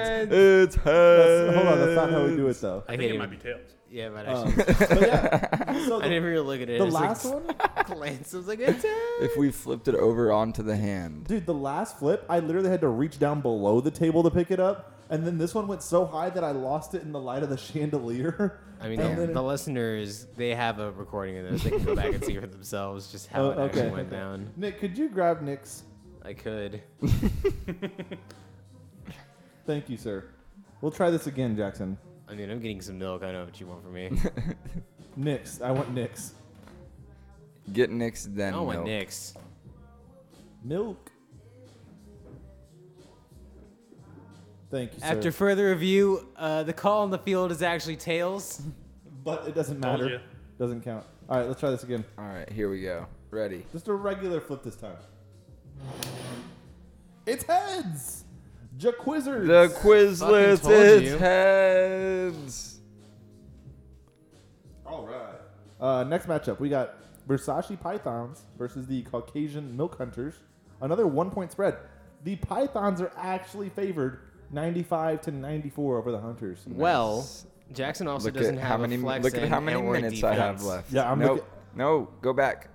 S3: fucking heads.
S2: It's
S1: on,
S2: heads.
S1: That's- hold on, that's not how we do it though.
S4: I,
S3: I
S4: think
S3: hate
S4: it
S3: him.
S4: might be tails.
S3: Yeah, but I,
S1: Um,
S2: Oh.
S1: but yeah, so
S3: I
S1: the,
S3: didn't really look at it.
S1: the
S3: I just, like,
S1: last one,
S3: glance. I was like, it's heads.
S2: If we flipped it over onto the hand.
S1: dude, the last flip, I literally had to reach down below the table to pick it up, and then this one went so high that I lost it in the light of the chandelier.
S3: I mean,
S1: And
S3: the,
S1: then-
S3: the listeners, they have a recording of this. They can go back and see for themselves just how
S1: Oh,
S3: it actually
S1: okay.
S3: went down.
S1: Nick, could you grab Nick's?
S3: I could.
S1: Thank you, sir. We'll try this again, Jackson.
S3: I mean, I'm getting some milk. I know what you want from me.
S1: Nick's. I want Nick's.
S2: Get Nick's
S3: I
S2: then.
S3: don't want
S2: milk.
S3: Nick's.
S1: Milk. Thank you, sir.
S3: After further review, uh, the call on the field is actually tails.
S1: but it doesn't
S4: Told
S1: matter.
S4: ya.
S1: Doesn't count. All right, let's try this again.
S2: All right, here we go. Ready.
S1: Just a regular flip this time. It's heads. Jaquizzards.
S2: The Quizlets.
S3: told
S2: It's
S3: you.
S2: heads.
S1: All right. Uh, next matchup, we got Versace Pythons versus the Caucasian Milk Hunters. Another one point spread. The Pythons are actually favored 95 to 94 over the Hunters.
S3: Well, Jackson also
S2: Look
S3: doesn't
S2: at
S3: have
S2: how many
S3: a flex
S2: look at
S3: and
S2: how many
S3: or a
S2: minutes I have
S3: defense.
S2: left.
S1: Yeah, I'm
S2: nope.
S1: looking-
S2: No, go back.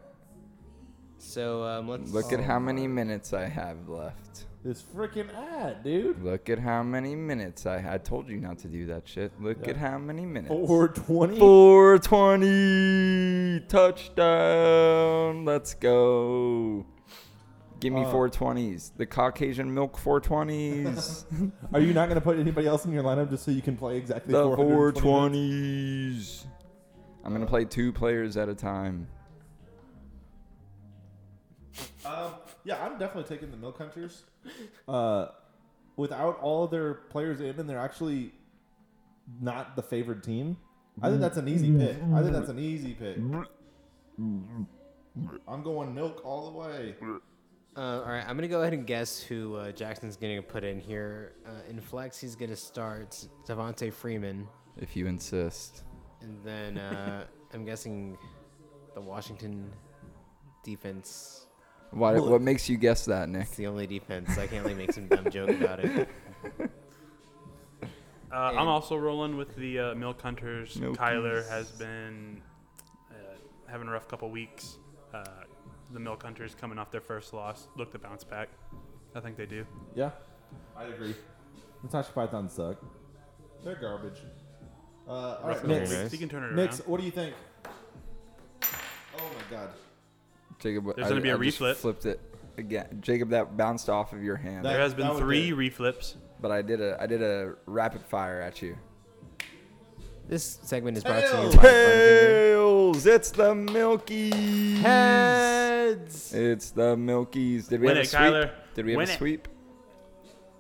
S3: So um, let's
S2: Look at
S1: Oh
S2: how many minutes I have left.
S1: This freaking ad, dude.
S2: Look at how many minutes I I told you not to do that shit. Look
S1: Yeah.
S2: at how many minutes.
S1: 420.
S2: 420 touchdown. Let's go. Give me
S1: Uh,
S2: 420s. The Caucasian milk 420s.
S1: Are you not going to put anybody else in your lineup just so you can play exactly
S2: the
S1: 420?
S2: 420s. I'm
S1: Uh.
S2: gonna play two players at a time.
S1: Um, yeah, I'm definitely taking the Mill Counters. Uh, without all their players in, and they're actually not the favored team. I think that's an easy pick. I think that's an easy pick. Mm-hmm. I'm going milk all the way.
S3: Uh, all right, I'm gonna go ahead and guess who uh, Jackson's gonna put in here. Uh, in flex, he's gonna start Devontae Freeman,
S2: If you insist.
S3: and then uh, I'm guessing the Washington defense.
S2: Why, what makes you guess that, Nick?
S3: It's the only defense. I can't really make some dumb joke about it.
S4: Uh, I'm
S3: And-
S4: also rolling with the uh, Milk Hunters.
S2: Milkies.
S4: Kyler has been uh, having a rough couple weeks. Uh, the Milk Hunters coming off their first loss look to bounce back. I think they do.
S1: Yeah, I agree. Natasha Python suck. They're garbage. Uh, all right,
S4: Rough couple
S3: very
S1: Knicks.
S3: nice.
S4: weeks. You can turn it
S1: Knicks,
S4: around.
S1: what do you think? Oh my god.
S2: Jacob,
S4: There's
S2: I-
S4: gonna be
S2: I
S4: a
S2: just
S4: reflip.
S2: Flipped it again, Jacob. That bounced off of your hand,
S1: That-
S4: There has
S1: that
S4: been
S1: would
S4: three
S1: do
S4: reflips.
S2: but I did a I did a rapid fire at you.
S3: This segment is brought to you
S1: Tails.
S3: by Funfinger.
S2: Tails, it's the Milkies.
S3: Heads.
S2: It's the Milkies. Did we
S4: Win
S2: have a
S4: it,
S2: sweep?
S4: Kyler.
S2: Did we have
S4: Win
S2: a
S4: it.
S2: sweep?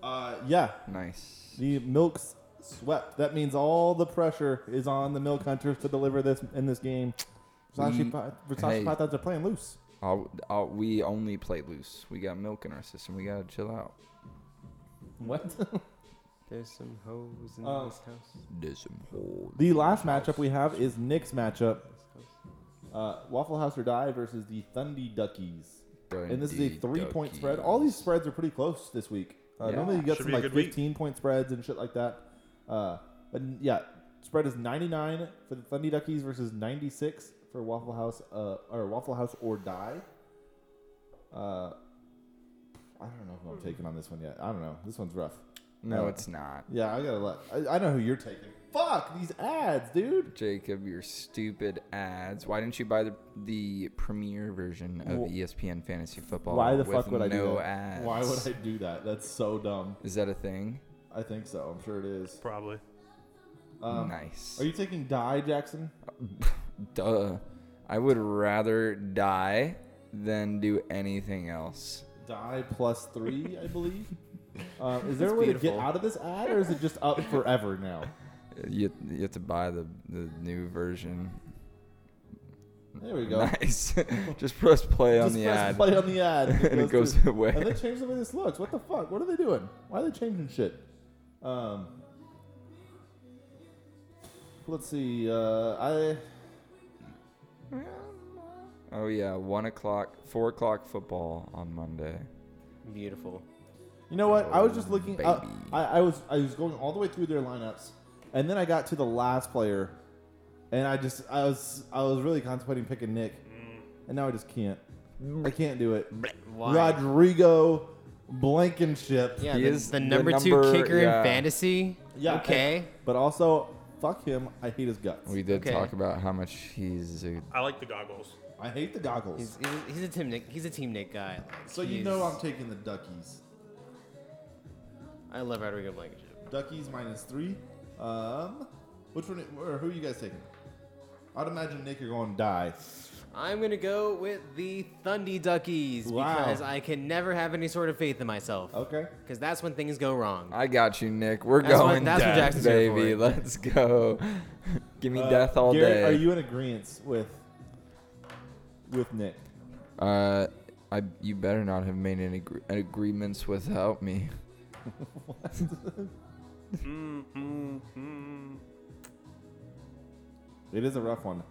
S1: Uh, yeah,
S2: Nice.
S1: the milks swept. That means all the pressure is on the milk hunters to deliver this in this game. Versace,
S2: Mm,
S1: Pi- Versace
S2: hey.
S1: Pythons are playing loose.
S2: All, all, we only play loose. We got milk in our system. We gotta chill out.
S1: What?
S3: There's some hoes in
S1: Oh.
S3: this house.
S2: There's some holes.
S1: the last matchup we have is Nick's matchup. Uh, Waffle House or Die versus the Thundy Duckies. And this is a
S2: Dundee
S1: three point spread.
S2: Duckies.
S1: All these spreads are pretty close this week. Uh,
S2: Yeah.
S1: Normally you get
S4: Should
S1: some
S4: be a
S1: like
S4: good week.
S1: 15 point spreads and shit like that. Uh, but n- yeah, spread is 99 for the Thundy Duckies versus 96 for Waffle House uh, or Waffle House or Die. Uh, I don't know who I'm taking on this one yet. I don't know. This one's rough.
S2: No,
S1: Uh,
S2: it's not.
S1: Yeah, I gotta let. I, I know who you're taking. Fuck these ads, dude.
S2: Jacob, your stupid ads. Why didn't you buy the the premier version of E
S1: Wh-
S2: ESPN Fantasy Football?
S1: Why the
S2: with
S1: fuck would
S2: no
S1: I do that?
S2: ads?
S1: Why would I do that? That's so dumb.
S2: Is that a thing?
S1: I think so. I'm sure it is.
S4: Probably.
S1: Um,
S2: nice.
S1: Are you taking Die Jackson?
S2: Duh. I would rather die than do anything else.
S1: Die plus three, I believe. Um, is there a way to
S3: beautiful.
S1: get out of this ad, or is it just up forever now?
S2: Uh, You, you have to buy the, the new version.
S1: There we go.
S2: Nice. Just press play on
S1: Just
S2: the
S1: press
S2: ad.
S1: play on the ad,
S2: And it goes
S1: through.
S2: away.
S1: And they changed the way this looks. What the fuck? What are they doing? Why are they changing shit? Um, let's see. Uh, I
S2: Oh yeah, one o'clock, four o'clock football on Monday.
S3: Beautiful.
S1: You know what? I was just
S2: Oh,
S1: looking. Uh,
S2: baby.
S1: I, I was I was going all the way through their lineups, and then I got to the last player, and I just I was I was really contemplating picking Nick, and now I just can't. I can't do it.
S3: Why?
S1: Rodrigo Blankenship.
S3: Yeah,
S2: He
S3: the,
S2: is
S3: the
S2: the
S3: number two
S2: number-
S3: kicker
S2: yeah.
S3: in fantasy.
S1: Yeah,
S3: Okay.
S1: But also, fuck him. I hate his guts.
S2: We did
S3: Okay.
S2: talk about how much he's a
S4: I like the goggles.
S1: I hate the goggles.
S3: He's, he's, a- he's a team Nick. He's a team Nick guy. Like,
S1: so you
S3: he's-
S1: know I'm taking the Duckies.
S3: I love Rodrigo Blankenship.
S1: Duckies minus three. Um, which one? Or who are you guys taking? I'd imagine Nick, you're going to die.
S3: I'm gonna go with the Thundy Duckies
S1: Wow.
S3: because I can never have any sort of faith in myself.
S1: Okay.
S3: Because that's when things go wrong.
S2: I got you, Nick. We're
S3: That's what-
S2: going
S3: that's what
S2: death,
S3: Jackson's here
S2: baby.
S3: for.
S2: Let's go. Give me
S1: Uh,
S2: death all
S1: Garrett,
S2: day.
S1: Are you in agreement with with Nick?
S2: uh, I you better not have made any gr- agreements without me.
S4: Mm, mm, mm.
S1: It is a rough one.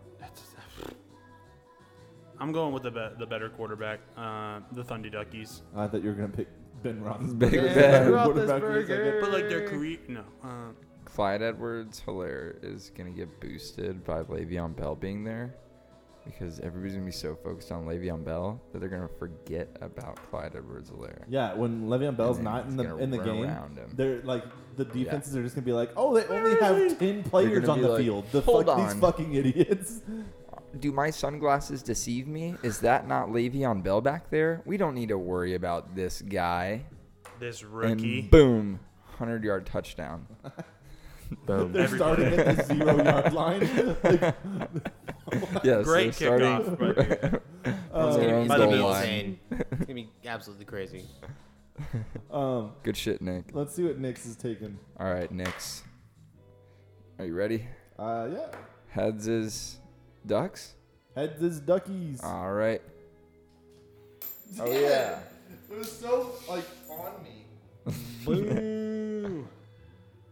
S4: I'm going with the be- the better quarterback, uh, the Thundy Duckies.
S1: I thought you were gonna pick Ben Roethlisberger.
S2: Big
S1: Yeah,
S2: Ben.
S1: what about you?
S3: Roethlisberger.
S4: But like their career, no. Uh,
S2: Clyde edwards hilaire is gonna get boosted by Le'Veon Bell being there because everybody's gonna be so focused on Le'Veon Bell that they're gonna forget about Clyde edwards hilaire
S1: Yeah, when Le'Veon Bell's
S2: And then
S1: not in
S2: he's
S1: the
S2: gonna
S1: in the
S2: run
S1: game,
S2: around him.
S1: they're like the defenses are just gonna be like, oh, they only have ten players
S2: gonna
S1: on
S2: be
S1: the
S2: like,
S1: field. The
S2: "Hold
S1: fuck these
S2: on."
S1: fucking idiots.
S2: Do my sunglasses deceive me? Is that not Le'Veon Bell back there? We don't need to worry about this guy.
S4: this rookie.
S2: And boom, hundred yard touchdown.
S5: Boom.
S1: They're starting at the zero yard line. Like,
S2: Yes,
S4: Great
S2: they're starting
S4: kickoff. But
S3: It's
S2: their
S3: gonna
S2: own
S3: be, it's
S4: goal
S3: gonna be
S2: line.
S3: insane. It's gonna be absolutely crazy.
S1: um,
S2: Good shit, Nick.
S1: let's see what Nick's is taking.
S2: All right, Nick's. Are you ready?
S1: Uh, yeah,
S2: Heads is ducks.
S1: heads is duckies.
S2: All right.
S1: oh yeah, it was so like on me.
S4: Boo.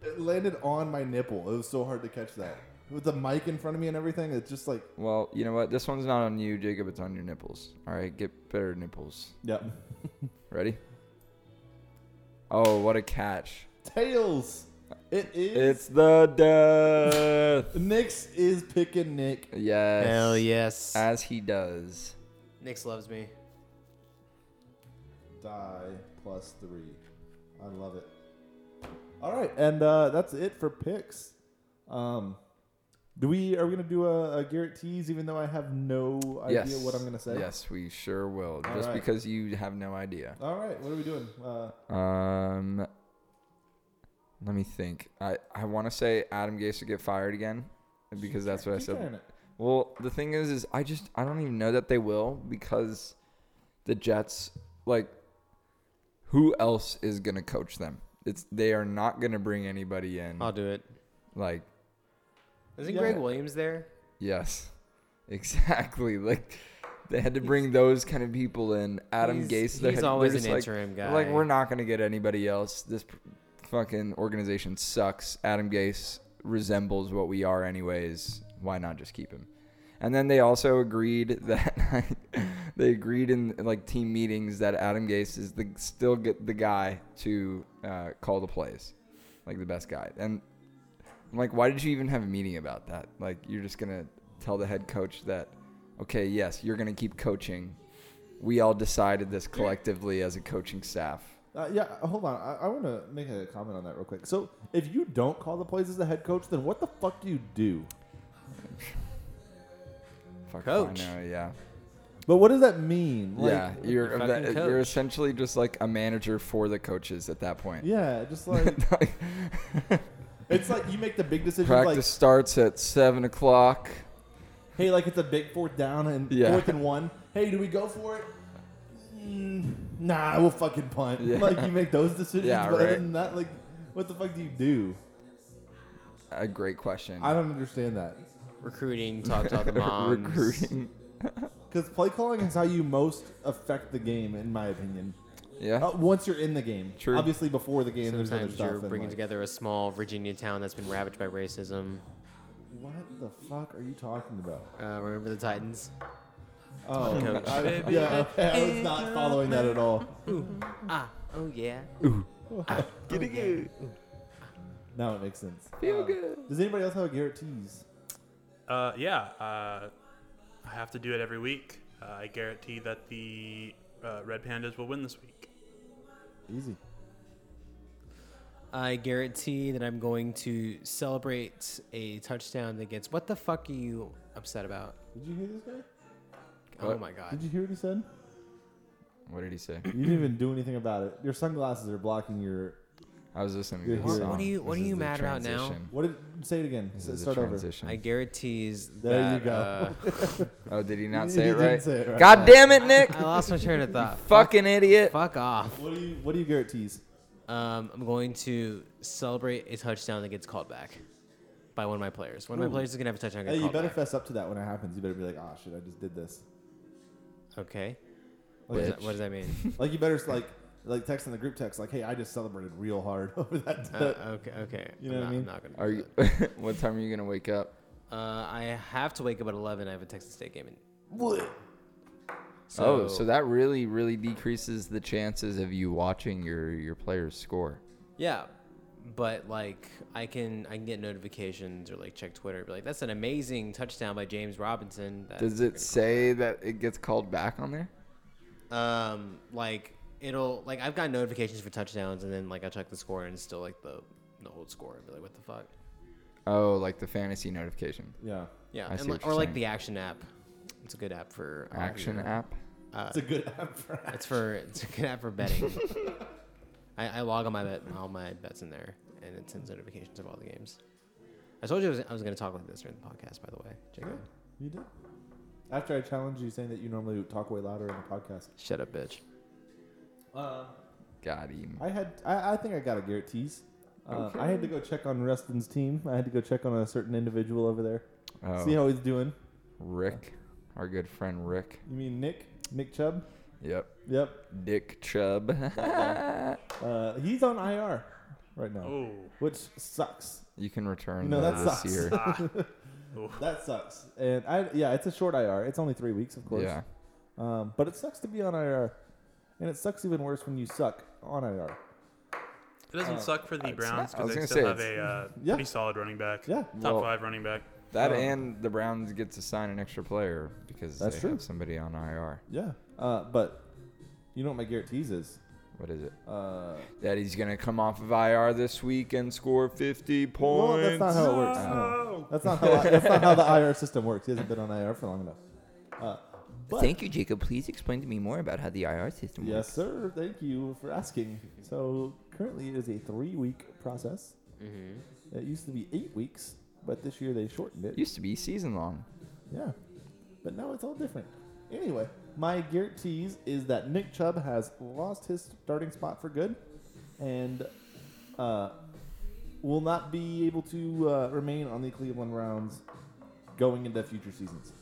S1: It landed on my nipple. It was so hard to catch that with the mic in front of me and everything. It's just like,
S2: Well, you know what? This one's not on you, Jacob. It's on your nipples. All right, get better nipples.
S1: yeah,
S2: Ready? Oh, what a catch!
S1: tails. It is.
S2: It's the death.
S1: Nick's is picking Nick.
S2: yes. Uh,
S3: Hell yes.
S2: As he does.
S3: Nix loves me.
S1: Die plus three. I love it. All right, and uh, that's it for picks. Um, do we are we gonna do a, a Garrett tease? Even though I have no idea
S2: yes.
S1: what I'm gonna say.
S2: Yes, we sure will.
S1: All
S2: Just
S1: right.
S2: because you have no idea.
S1: All right, what are we doing? Uh,
S2: Um, let me think. I I want to say Adam Gase would get fired again because that's what I
S1: keep trying
S2: said.
S1: it.
S2: Well, the thing is, is I just I don't even know that they will because the Jets like who else is gonna coach them? It's they are not gonna bring anybody in.
S3: I'll do it.
S2: Like
S3: Isn't
S1: Yeah.
S3: Greg Williams there?
S2: yes, exactly. Like they had to bring those kind of people in. Adam Gase.
S3: He's-
S2: the
S3: he's
S2: head- they're
S3: always an
S2: just like,
S3: interim
S2: They're Like
S3: guy.
S2: we're not gonna get anybody else. This p- fucking organization sucks. Adam Gase resembles what we are, anyways. Why not just keep him? And then they also agreed that they agreed in like team meetings that Adam Gase is the still get the guy to uh, call the plays, like the best guy. And I'm like, why did you even have a meeting about that? Like you're just gonna tell the head coach that, okay, yes, you're gonna keep coaching, we all decided this collectively as a coaching staff.
S1: Uh, yeah, hold on. I, I want to make a comment on that real quick. So, if you don't call the plays as the head coach, then what the fuck do you do?
S2: Fuck if
S3: Coach.
S2: I know, yeah,
S1: But what does that mean? Like,
S2: yeah. You're
S3: fucking
S2: that- you're
S3: coach.
S2: essentially just like a manager for the coaches at that point.
S1: yeah, just like
S2: Like,
S1: it's like you make the big decision.
S2: practice
S1: Like,
S2: starts at seven o'clock.
S1: hey, like it's a big fourth down and
S2: Yeah.
S1: fourth and one. Hey, do we go for it? Mm, nah, we'll fucking punt.
S2: Yeah.
S1: Like you make those decisions.
S2: Yeah,
S1: but other
S2: right.
S1: than that, like, what the fuck do you do?
S2: A great question.
S1: I don't understand that.
S3: Recruiting, talk to all the moms.
S2: Recruiting.
S1: Because play calling is how you most affect the game, in my opinion.
S2: Yeah.
S1: Uh, once you're in the game,
S2: True.
S1: Obviously, before the game, there's other
S3: Sometimes
S1: stuff.
S3: you're
S1: and,
S3: bringing
S1: like,
S3: together a small Virginia town that's been ravaged by racism.
S1: What the fuck are you talking about?
S3: Uh, remember the Titans?
S1: Oh,
S3: Coach.
S1: I, yeah, okay, I was not following that at all.
S3: Ah, oh yeah.
S1: Now it makes sense.
S2: Feel
S1: Uh,
S2: good.
S1: Does anybody else have a Garrett tease?
S4: Uh, yeah, uh, I have to do it every week. Uh, I guarantee that the uh, Red Pandas will win this week.
S1: Easy.
S3: I guarantee that I'm going to celebrate a touchdown that gets. What the fuck are you upset about?
S1: Did you hear this guy?
S3: Oh
S2: What?
S3: my
S1: Did
S3: god.
S1: you hear what he said?
S2: What did he say?
S1: You didn't even do anything about it. Your sunglasses are blocking your.
S2: I was listening
S1: You're
S2: to
S1: here.
S2: this song.
S1: What
S3: are you- what
S2: This
S3: are
S2: is
S3: you
S2: the
S3: mad about now?
S2: transition.
S1: What did say it again?
S2: This
S1: S-
S2: is the
S1: Start over.
S2: transition.
S3: I guarantees
S1: There you
S3: that.
S1: go.
S3: uh,
S2: Oh, did he
S1: He
S2: not say it
S1: didn't
S2: right?
S1: say it right.
S2: God damn it, Nick!
S3: I lost my train of thought.
S2: Fucking idiot!
S3: Fuck off.
S1: What do you What do you Garrett tease?
S3: Um, I'm going to celebrate a touchdown that gets called back by one of my players. One of
S1: Ooh.
S3: my players is gonna have a touchdown. Get
S1: Hey, you
S3: called
S1: better
S3: back.
S1: fess up to that when it happens. You better be like, ah, shit, I just did this.
S3: okay. What
S1: Like,
S3: does, that, what does that mean?
S1: like, you better like like text in the group text like, hey, I just celebrated real hard over that.
S3: uh, okay. Okay.
S1: You know
S3: I'm
S1: what I
S3: not,
S1: mean?
S3: I'm not gonna. do
S2: Are you?
S3: that.
S2: what time are you gonna wake up?
S3: Uh, I have to wake up at 11. I have a Texas State game. In.
S2: oh, so that really, really decreases the chances of you watching your your players score.
S3: Yeah, but like I can I can get notifications or like check Twitter. Be like, that's an amazing touchdown by James Robinson. That,
S2: Does it say that it gets called back on there?
S3: Um, like it'll like I've got notifications for touchdowns, and then like I check the score and it's still like the the old score. I'd be like, what the fuck?
S2: Oh, like the fantasy notification
S1: yeah,
S3: Yeah,
S2: I see
S3: and,
S2: what
S3: like,
S2: you're
S3: or like
S2: saying.
S3: the Action app. It's a good app
S1: Oh,
S3: for uh,
S2: action app.
S1: it's a good app for
S3: It's for it's a good app for betting. I, I log all my bet, all my bets in there, and it sends notifications of all the games. I told you I was, I was going to talk like this during the podcast, by the way. Jacob,
S1: You did. After I challenged you saying that you normally would talk way louder in the podcast.
S3: shut up, bitch.
S2: Got him.
S1: I had I, I think I got a Garrett tease. Uh, I had to go check on Rustin's team. I had to go check on a certain individual over there.
S2: Oh,
S1: See how he's doing.
S2: Rick, our good friend Rick.
S1: You mean Nick? Nick Chubb?
S2: Yep.
S1: Yep.
S2: Dick Chubb.
S1: Uh, he's on IR right now,
S4: Oh,
S1: which sucks.
S2: you can return
S1: No,
S2: that
S1: that
S2: this
S1: sucks.
S2: year.
S4: Ah,
S1: That sucks. And I yeah, it's a short IR. It's only three weeks, of course.
S2: yeah.
S1: Um, but it sucks to be on IR, and it sucks even worse when you suck on IR.
S4: it doesn't suck for the
S2: it's
S4: Browns
S2: not- Oh, I
S4: because
S2: was
S4: they
S2: gonna
S4: still
S2: say
S4: have
S2: it's-
S4: a uh,
S1: Yeah.
S4: pretty solid running back.
S1: Yeah.
S4: top
S2: Well-
S4: five running back.
S2: That
S1: Um,
S2: and the Browns get to sign an extra player because
S1: That's
S2: they
S1: true.
S2: have somebody on IR.
S1: Yeah. Uh, but you know what my Garrett tease is?
S2: What is it?
S1: Uh,
S2: That he's gonna come off of IR this week and score 50
S1: well,
S2: points.
S1: that's not how it works. No.
S4: Oh,
S1: That's not how that's not how the IR system works. He hasn't been on IR for long enough. Uh, but
S5: Thank you, Jacob. Please explain to me more about how the IR system works.
S1: yes, sir. Thank you for asking. So currently, it is a three-week process.
S3: Mm-hmm.
S1: It used to be eight weeks, but this year they shortened it.
S2: It used to be season long.
S1: Yeah. But now it's all different. Anyway, my Garrett tease is that Nick Chubb has lost his starting spot for good and uh, will not be able to uh, remain on the Cleveland Browns going into future seasons.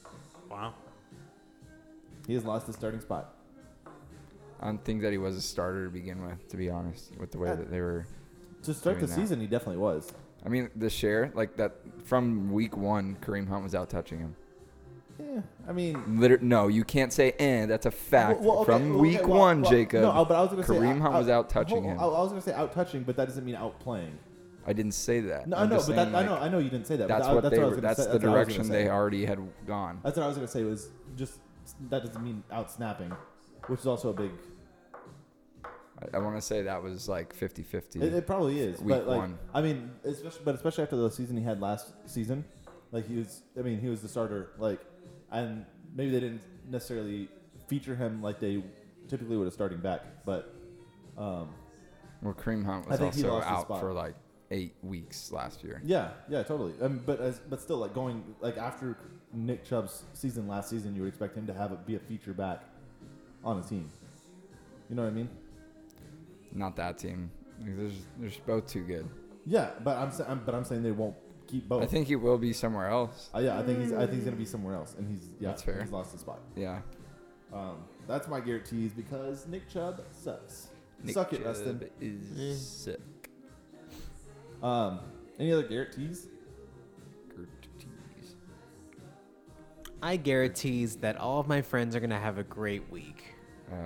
S4: wow.
S1: He has lost his starting spot.
S2: I don't think that he was a starter to begin with, to be honest, with the way
S1: Uh,
S2: that they were.
S1: To start the
S2: Doing that.
S1: season, he definitely was.
S2: I mean, the share, like that from week one, Kareem Hunt was out touching him.
S1: Yeah, I mean,
S2: Liter- no, you can't say, eh, that's a fact.
S1: Well, well, okay,
S2: from
S1: well,
S2: week
S1: okay, well,
S2: one,
S1: well,
S2: Jacob,
S1: No, but I was gonna say
S2: Kareem
S1: I-
S2: Hunt
S1: I-
S2: was out touching
S1: hold-
S2: him.
S1: I I was gonna say out touching, but that doesn't mean out playing.
S2: I didn't say that.
S1: No, I
S2: I'm
S1: know,
S2: just
S1: but
S2: saying,
S1: that, I know,
S2: like,
S1: I know you didn't say that.
S2: That's
S1: but I-
S2: what
S1: that's
S2: they
S1: what I
S2: were.
S1: was gonna
S2: That's
S1: say-
S2: the
S1: what I was gonna
S2: direction
S1: say.
S2: they already had gone.
S1: That's what I was gonna say. Was just that doesn't mean out snapping, which is also a big.
S2: I, I want to say that was like 50 50.
S1: It, it probably is,
S2: Week
S1: but like
S2: one.
S1: I mean, especially but especially after the season he had last season, like he was. I mean, he was the starter. Like, and maybe they didn't necessarily feature him like they typically would a starting back, but um,
S2: Well, Kareem Hunt
S1: I
S2: was
S1: think he
S2: also
S1: lost his
S2: out
S1: spot.
S2: for like eight weeks last year.
S1: yeah, yeah, totally. Um, but as, but still, like going like after Nick Chubb's season last season, you would expect him to have a, be a feature back on a team. You know what I mean?
S2: Not that team. They're just, they're just both too good.
S1: Yeah, but I'm, sa- I'm but I'm saying they won't keep both.
S2: I think he will be somewhere else.
S1: Uh, yeah, I think he's I think he's gonna be somewhere else, and he's yeah,
S2: That's fair.
S1: he's lost his spot.
S2: Yeah.
S1: Um, that's my Garrett tease because Nick Chubb sucks.
S2: Nick
S1: Suck it,
S2: Chubb
S1: Rustin.
S2: Is sick.
S1: Um, any other Garrett tease?
S2: Gertrudes.
S3: I guarantees that all of my friends are going to have a great week.
S2: Oh.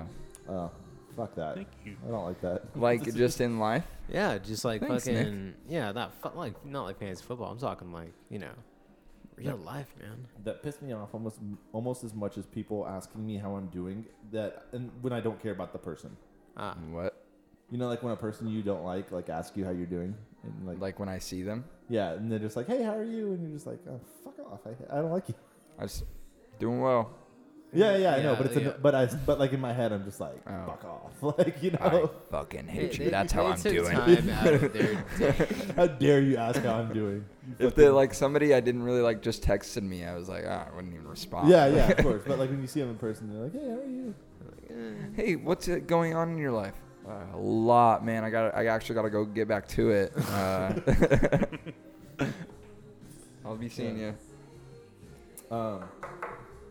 S1: Oh, fuck that.
S4: Thank you.
S1: I don't like that.
S2: Like just in life,
S3: Yeah, just like
S2: Thanks, Nick.
S3: fucking. Yeah, not fu- like not like fantasy football. I'm talking like you know, real life, man.
S1: That pissed me off almost almost as much as people asking me how I'm doing that, and when I don't care about the person.
S3: Ah,
S2: what?
S1: You know, like when a person you don't like like asks you how you're doing, and like,
S2: Like when I see them,
S1: yeah, and they're just like, hey, how are you? And you're just like, oh, fuck off, I, I don't like you.
S2: I just doing well.
S1: Yeah, yeah, I know,
S3: Yeah,
S1: but it's
S3: yeah.
S1: a, but I but like in my head, I'm just like
S2: Oh.
S1: fuck off, like you
S5: I
S1: know,
S5: fucking
S3: They-
S5: hate
S3: they-
S5: you. That's how
S3: they
S5: I'm
S3: took
S5: doing.
S3: time out of their day.
S1: how dare you ask how I'm doing? You
S2: If they
S1: fucking-
S2: like somebody I didn't really like just texted me, I was like, ah, I wouldn't even respond.
S1: yeah, yeah, of course, but like when you see them in person, they're like, hey, how are you?
S2: Hey, what's uh, going on in your life? Uh, a lot, man. I got. I actually got to go get back to it. Uh, I'll be seeing you.
S1: Um,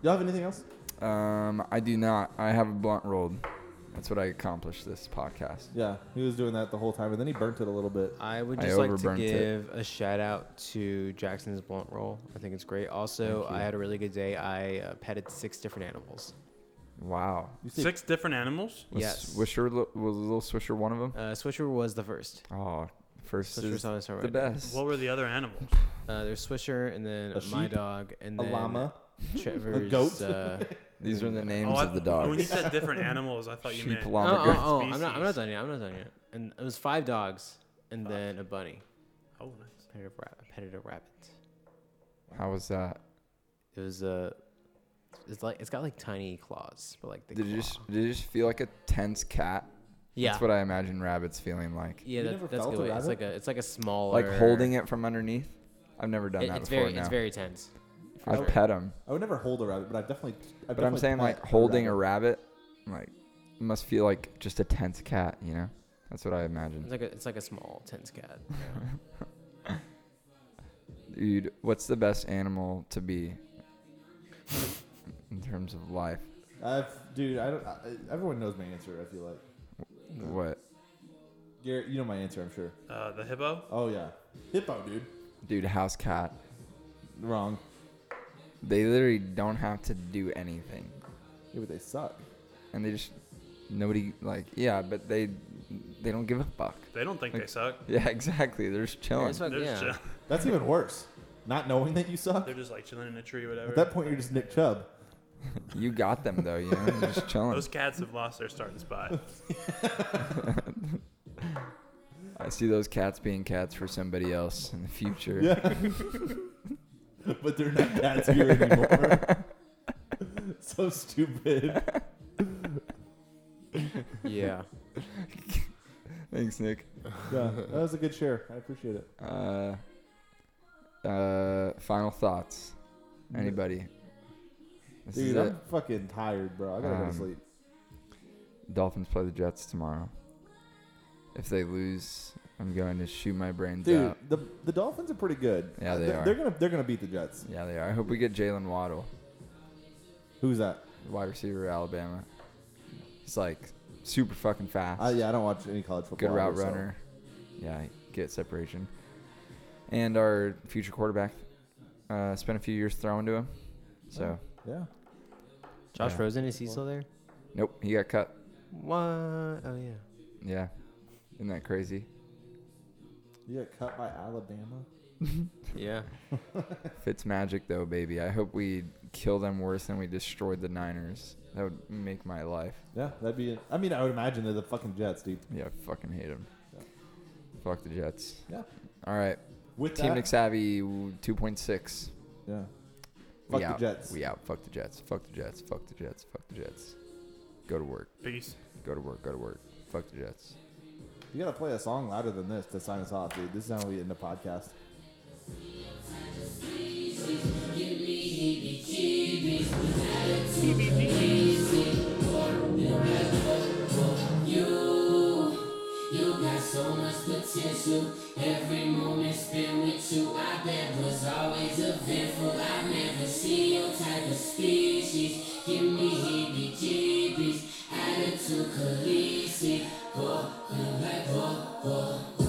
S1: y'all have anything else?
S2: Um, I do not. I have a blunt rolled. That's what I accomplished this podcast.
S1: Yeah, he was doing that the whole time, and then he burnt it a little bit.
S3: I would
S2: I
S3: just like to
S2: overburnt it.
S3: give a shout out to Jackson's blunt roll. I think it's great. Also, I had a really good day. I uh, petted six different animals.
S2: Wow.
S1: You see,
S4: Six different animals.
S2: Was
S3: Yes.
S2: Swisher li- was little Swisher one of them?
S3: Uh, Swisher was the first.
S2: Oh, first
S3: Swisher
S2: is
S3: saw us
S2: the
S3: already.
S2: best.
S4: What were the other animals?
S3: Uh, there's Swisher, and then
S1: A
S3: my
S1: sheep,
S3: dog, and
S1: a
S3: then
S1: llama,
S3: Trevor's.
S1: goat.
S3: Uh,
S2: These are the names
S4: oh, I-
S2: of the
S4: When you
S2: dogs.
S4: said different animals, I thought you
S2: Sheep
S4: meant.
S3: oh,
S2: llama
S3: oh,
S2: goat.
S3: oh, I'm not. I'm not
S4: Species.
S3: done yet. I'm not done yet. And it was five dogs, and then a bunny.
S4: Oh, nice.
S3: Petted a rabbit. Petted a rabbit.
S2: How was that?
S3: It was uh, it's like it's got like tiny claws, but like the
S2: Did
S3: claw.
S2: you just did you just feel like a tense cat?
S3: Yeah.
S2: That's what I imagine rabbits feeling like.
S3: yeah,
S1: You
S3: that-
S1: never
S3: that's a
S1: felt
S3: good.
S1: a
S3: way. It's
S1: rabbit?
S3: like a it's like a smaller
S2: Like holding it from underneath. I've never done
S3: It,
S2: that
S3: it's
S2: before
S3: very
S2: now.
S3: it's very tense.
S2: I
S1: sure.
S2: pet them,
S1: I would never hold a rabbit, but I definitely. I
S2: but I'm
S1: definitely
S2: saying
S1: pet
S2: like holding a rabbit, like must feel like just a tense cat. You know, that's what I
S3: It's
S2: imagine.
S3: like a it's like a small tense cat.
S2: Dude, what's the best animal to be in terms of life?
S1: I've, dude, I don't. I, everyone knows my answer. I feel like
S2: What,
S1: Garrett, you know my answer. I'm sure.
S4: Uh, the hippo.
S1: Oh yeah, hippo, dude.
S2: dude? House cat.
S1: Wrong.
S2: They literally don't have to do anything,
S1: Yeah, but they suck.
S2: and they just nobody like yeah, but they they don't give a fuck.
S4: They don't think they suck.
S2: Yeah, exactly. They're just chilling.
S3: It's like-
S4: They're,
S3: yeah.
S4: just chill-
S1: That's even worse. Not knowing that you suck.
S4: they're just like chilling in a tree, whatever.
S1: At that point, you're just Nick Chubb.
S2: You got them though, you know, you're just chilling.
S4: Those cats have lost their starting spot.
S2: I see those cats being cats for somebody else in the future.
S1: Yeah. but they're not cats here anymore. so stupid.
S3: Yeah.
S2: Thanks, Nick.
S1: Yeah, that was a good share. I appreciate it.
S2: Uh, uh, final thoughts. Anybody? This is
S1: Dude,
S2: it.
S1: I'm fucking tired, bro. I gotta go
S2: Um,
S1: to sleep.
S2: Dolphins play the Jets tomorrow. If they lose, I'm going to shoot my brains
S1: Dude,
S2: out.
S1: the the Dolphins are pretty good. Uh,
S2: Yeah, they
S1: they're,
S2: are.
S1: They're gonna they're gonna beat the Jets.
S2: Yeah, they are. I hope we get Jalen Waddle,
S1: Who's that?
S2: wide receiver, Alabama. He's like super fucking fast.
S1: I, Uh, yeah, I don't watch any college football.
S2: good route
S1: so-
S2: runner. Yeah, get separation. And our future quarterback uh, spent a few years throwing to him. So,
S1: Yeah.
S3: Josh
S2: Yeah.
S3: Rosen is he still there?
S2: nope, he got cut.
S3: What? Oh yeah.
S2: Yeah. Isn't that crazy?
S1: You got cut by Alabama.
S3: Yeah.
S2: Fitz magic, though, baby. I hope we kill them worse than we destroyed the Niners. That would make my life.
S1: Yeah, that'd be. I mean, I would imagine they're the fucking Jets, dude.
S2: Yeah, I fucking hate them.
S1: Yeah.
S2: Fuck the Jets.
S1: Yeah.
S2: All right.
S1: With
S2: Team
S1: that,
S2: McSavvy 2.6.
S1: yeah.
S2: We
S1: Fuck the
S2: out.
S1: Jets.
S2: We out. Fuck the Jets. Fuck the Jets. Fuck the Jets. Fuck the Jets. Go to work.
S4: Peace.
S2: Go to work. Go to work. Fuck the Jets.
S1: You gotta play a song louder than this to sign us off, dude. This is how we end the podcast.
S6: You got so much potential. Every moment spent with you, I bet was always eventful. I never see your type of species. Give me heebie-jeebies. Attitude, Khaleesi. Boy, you like boy, boy.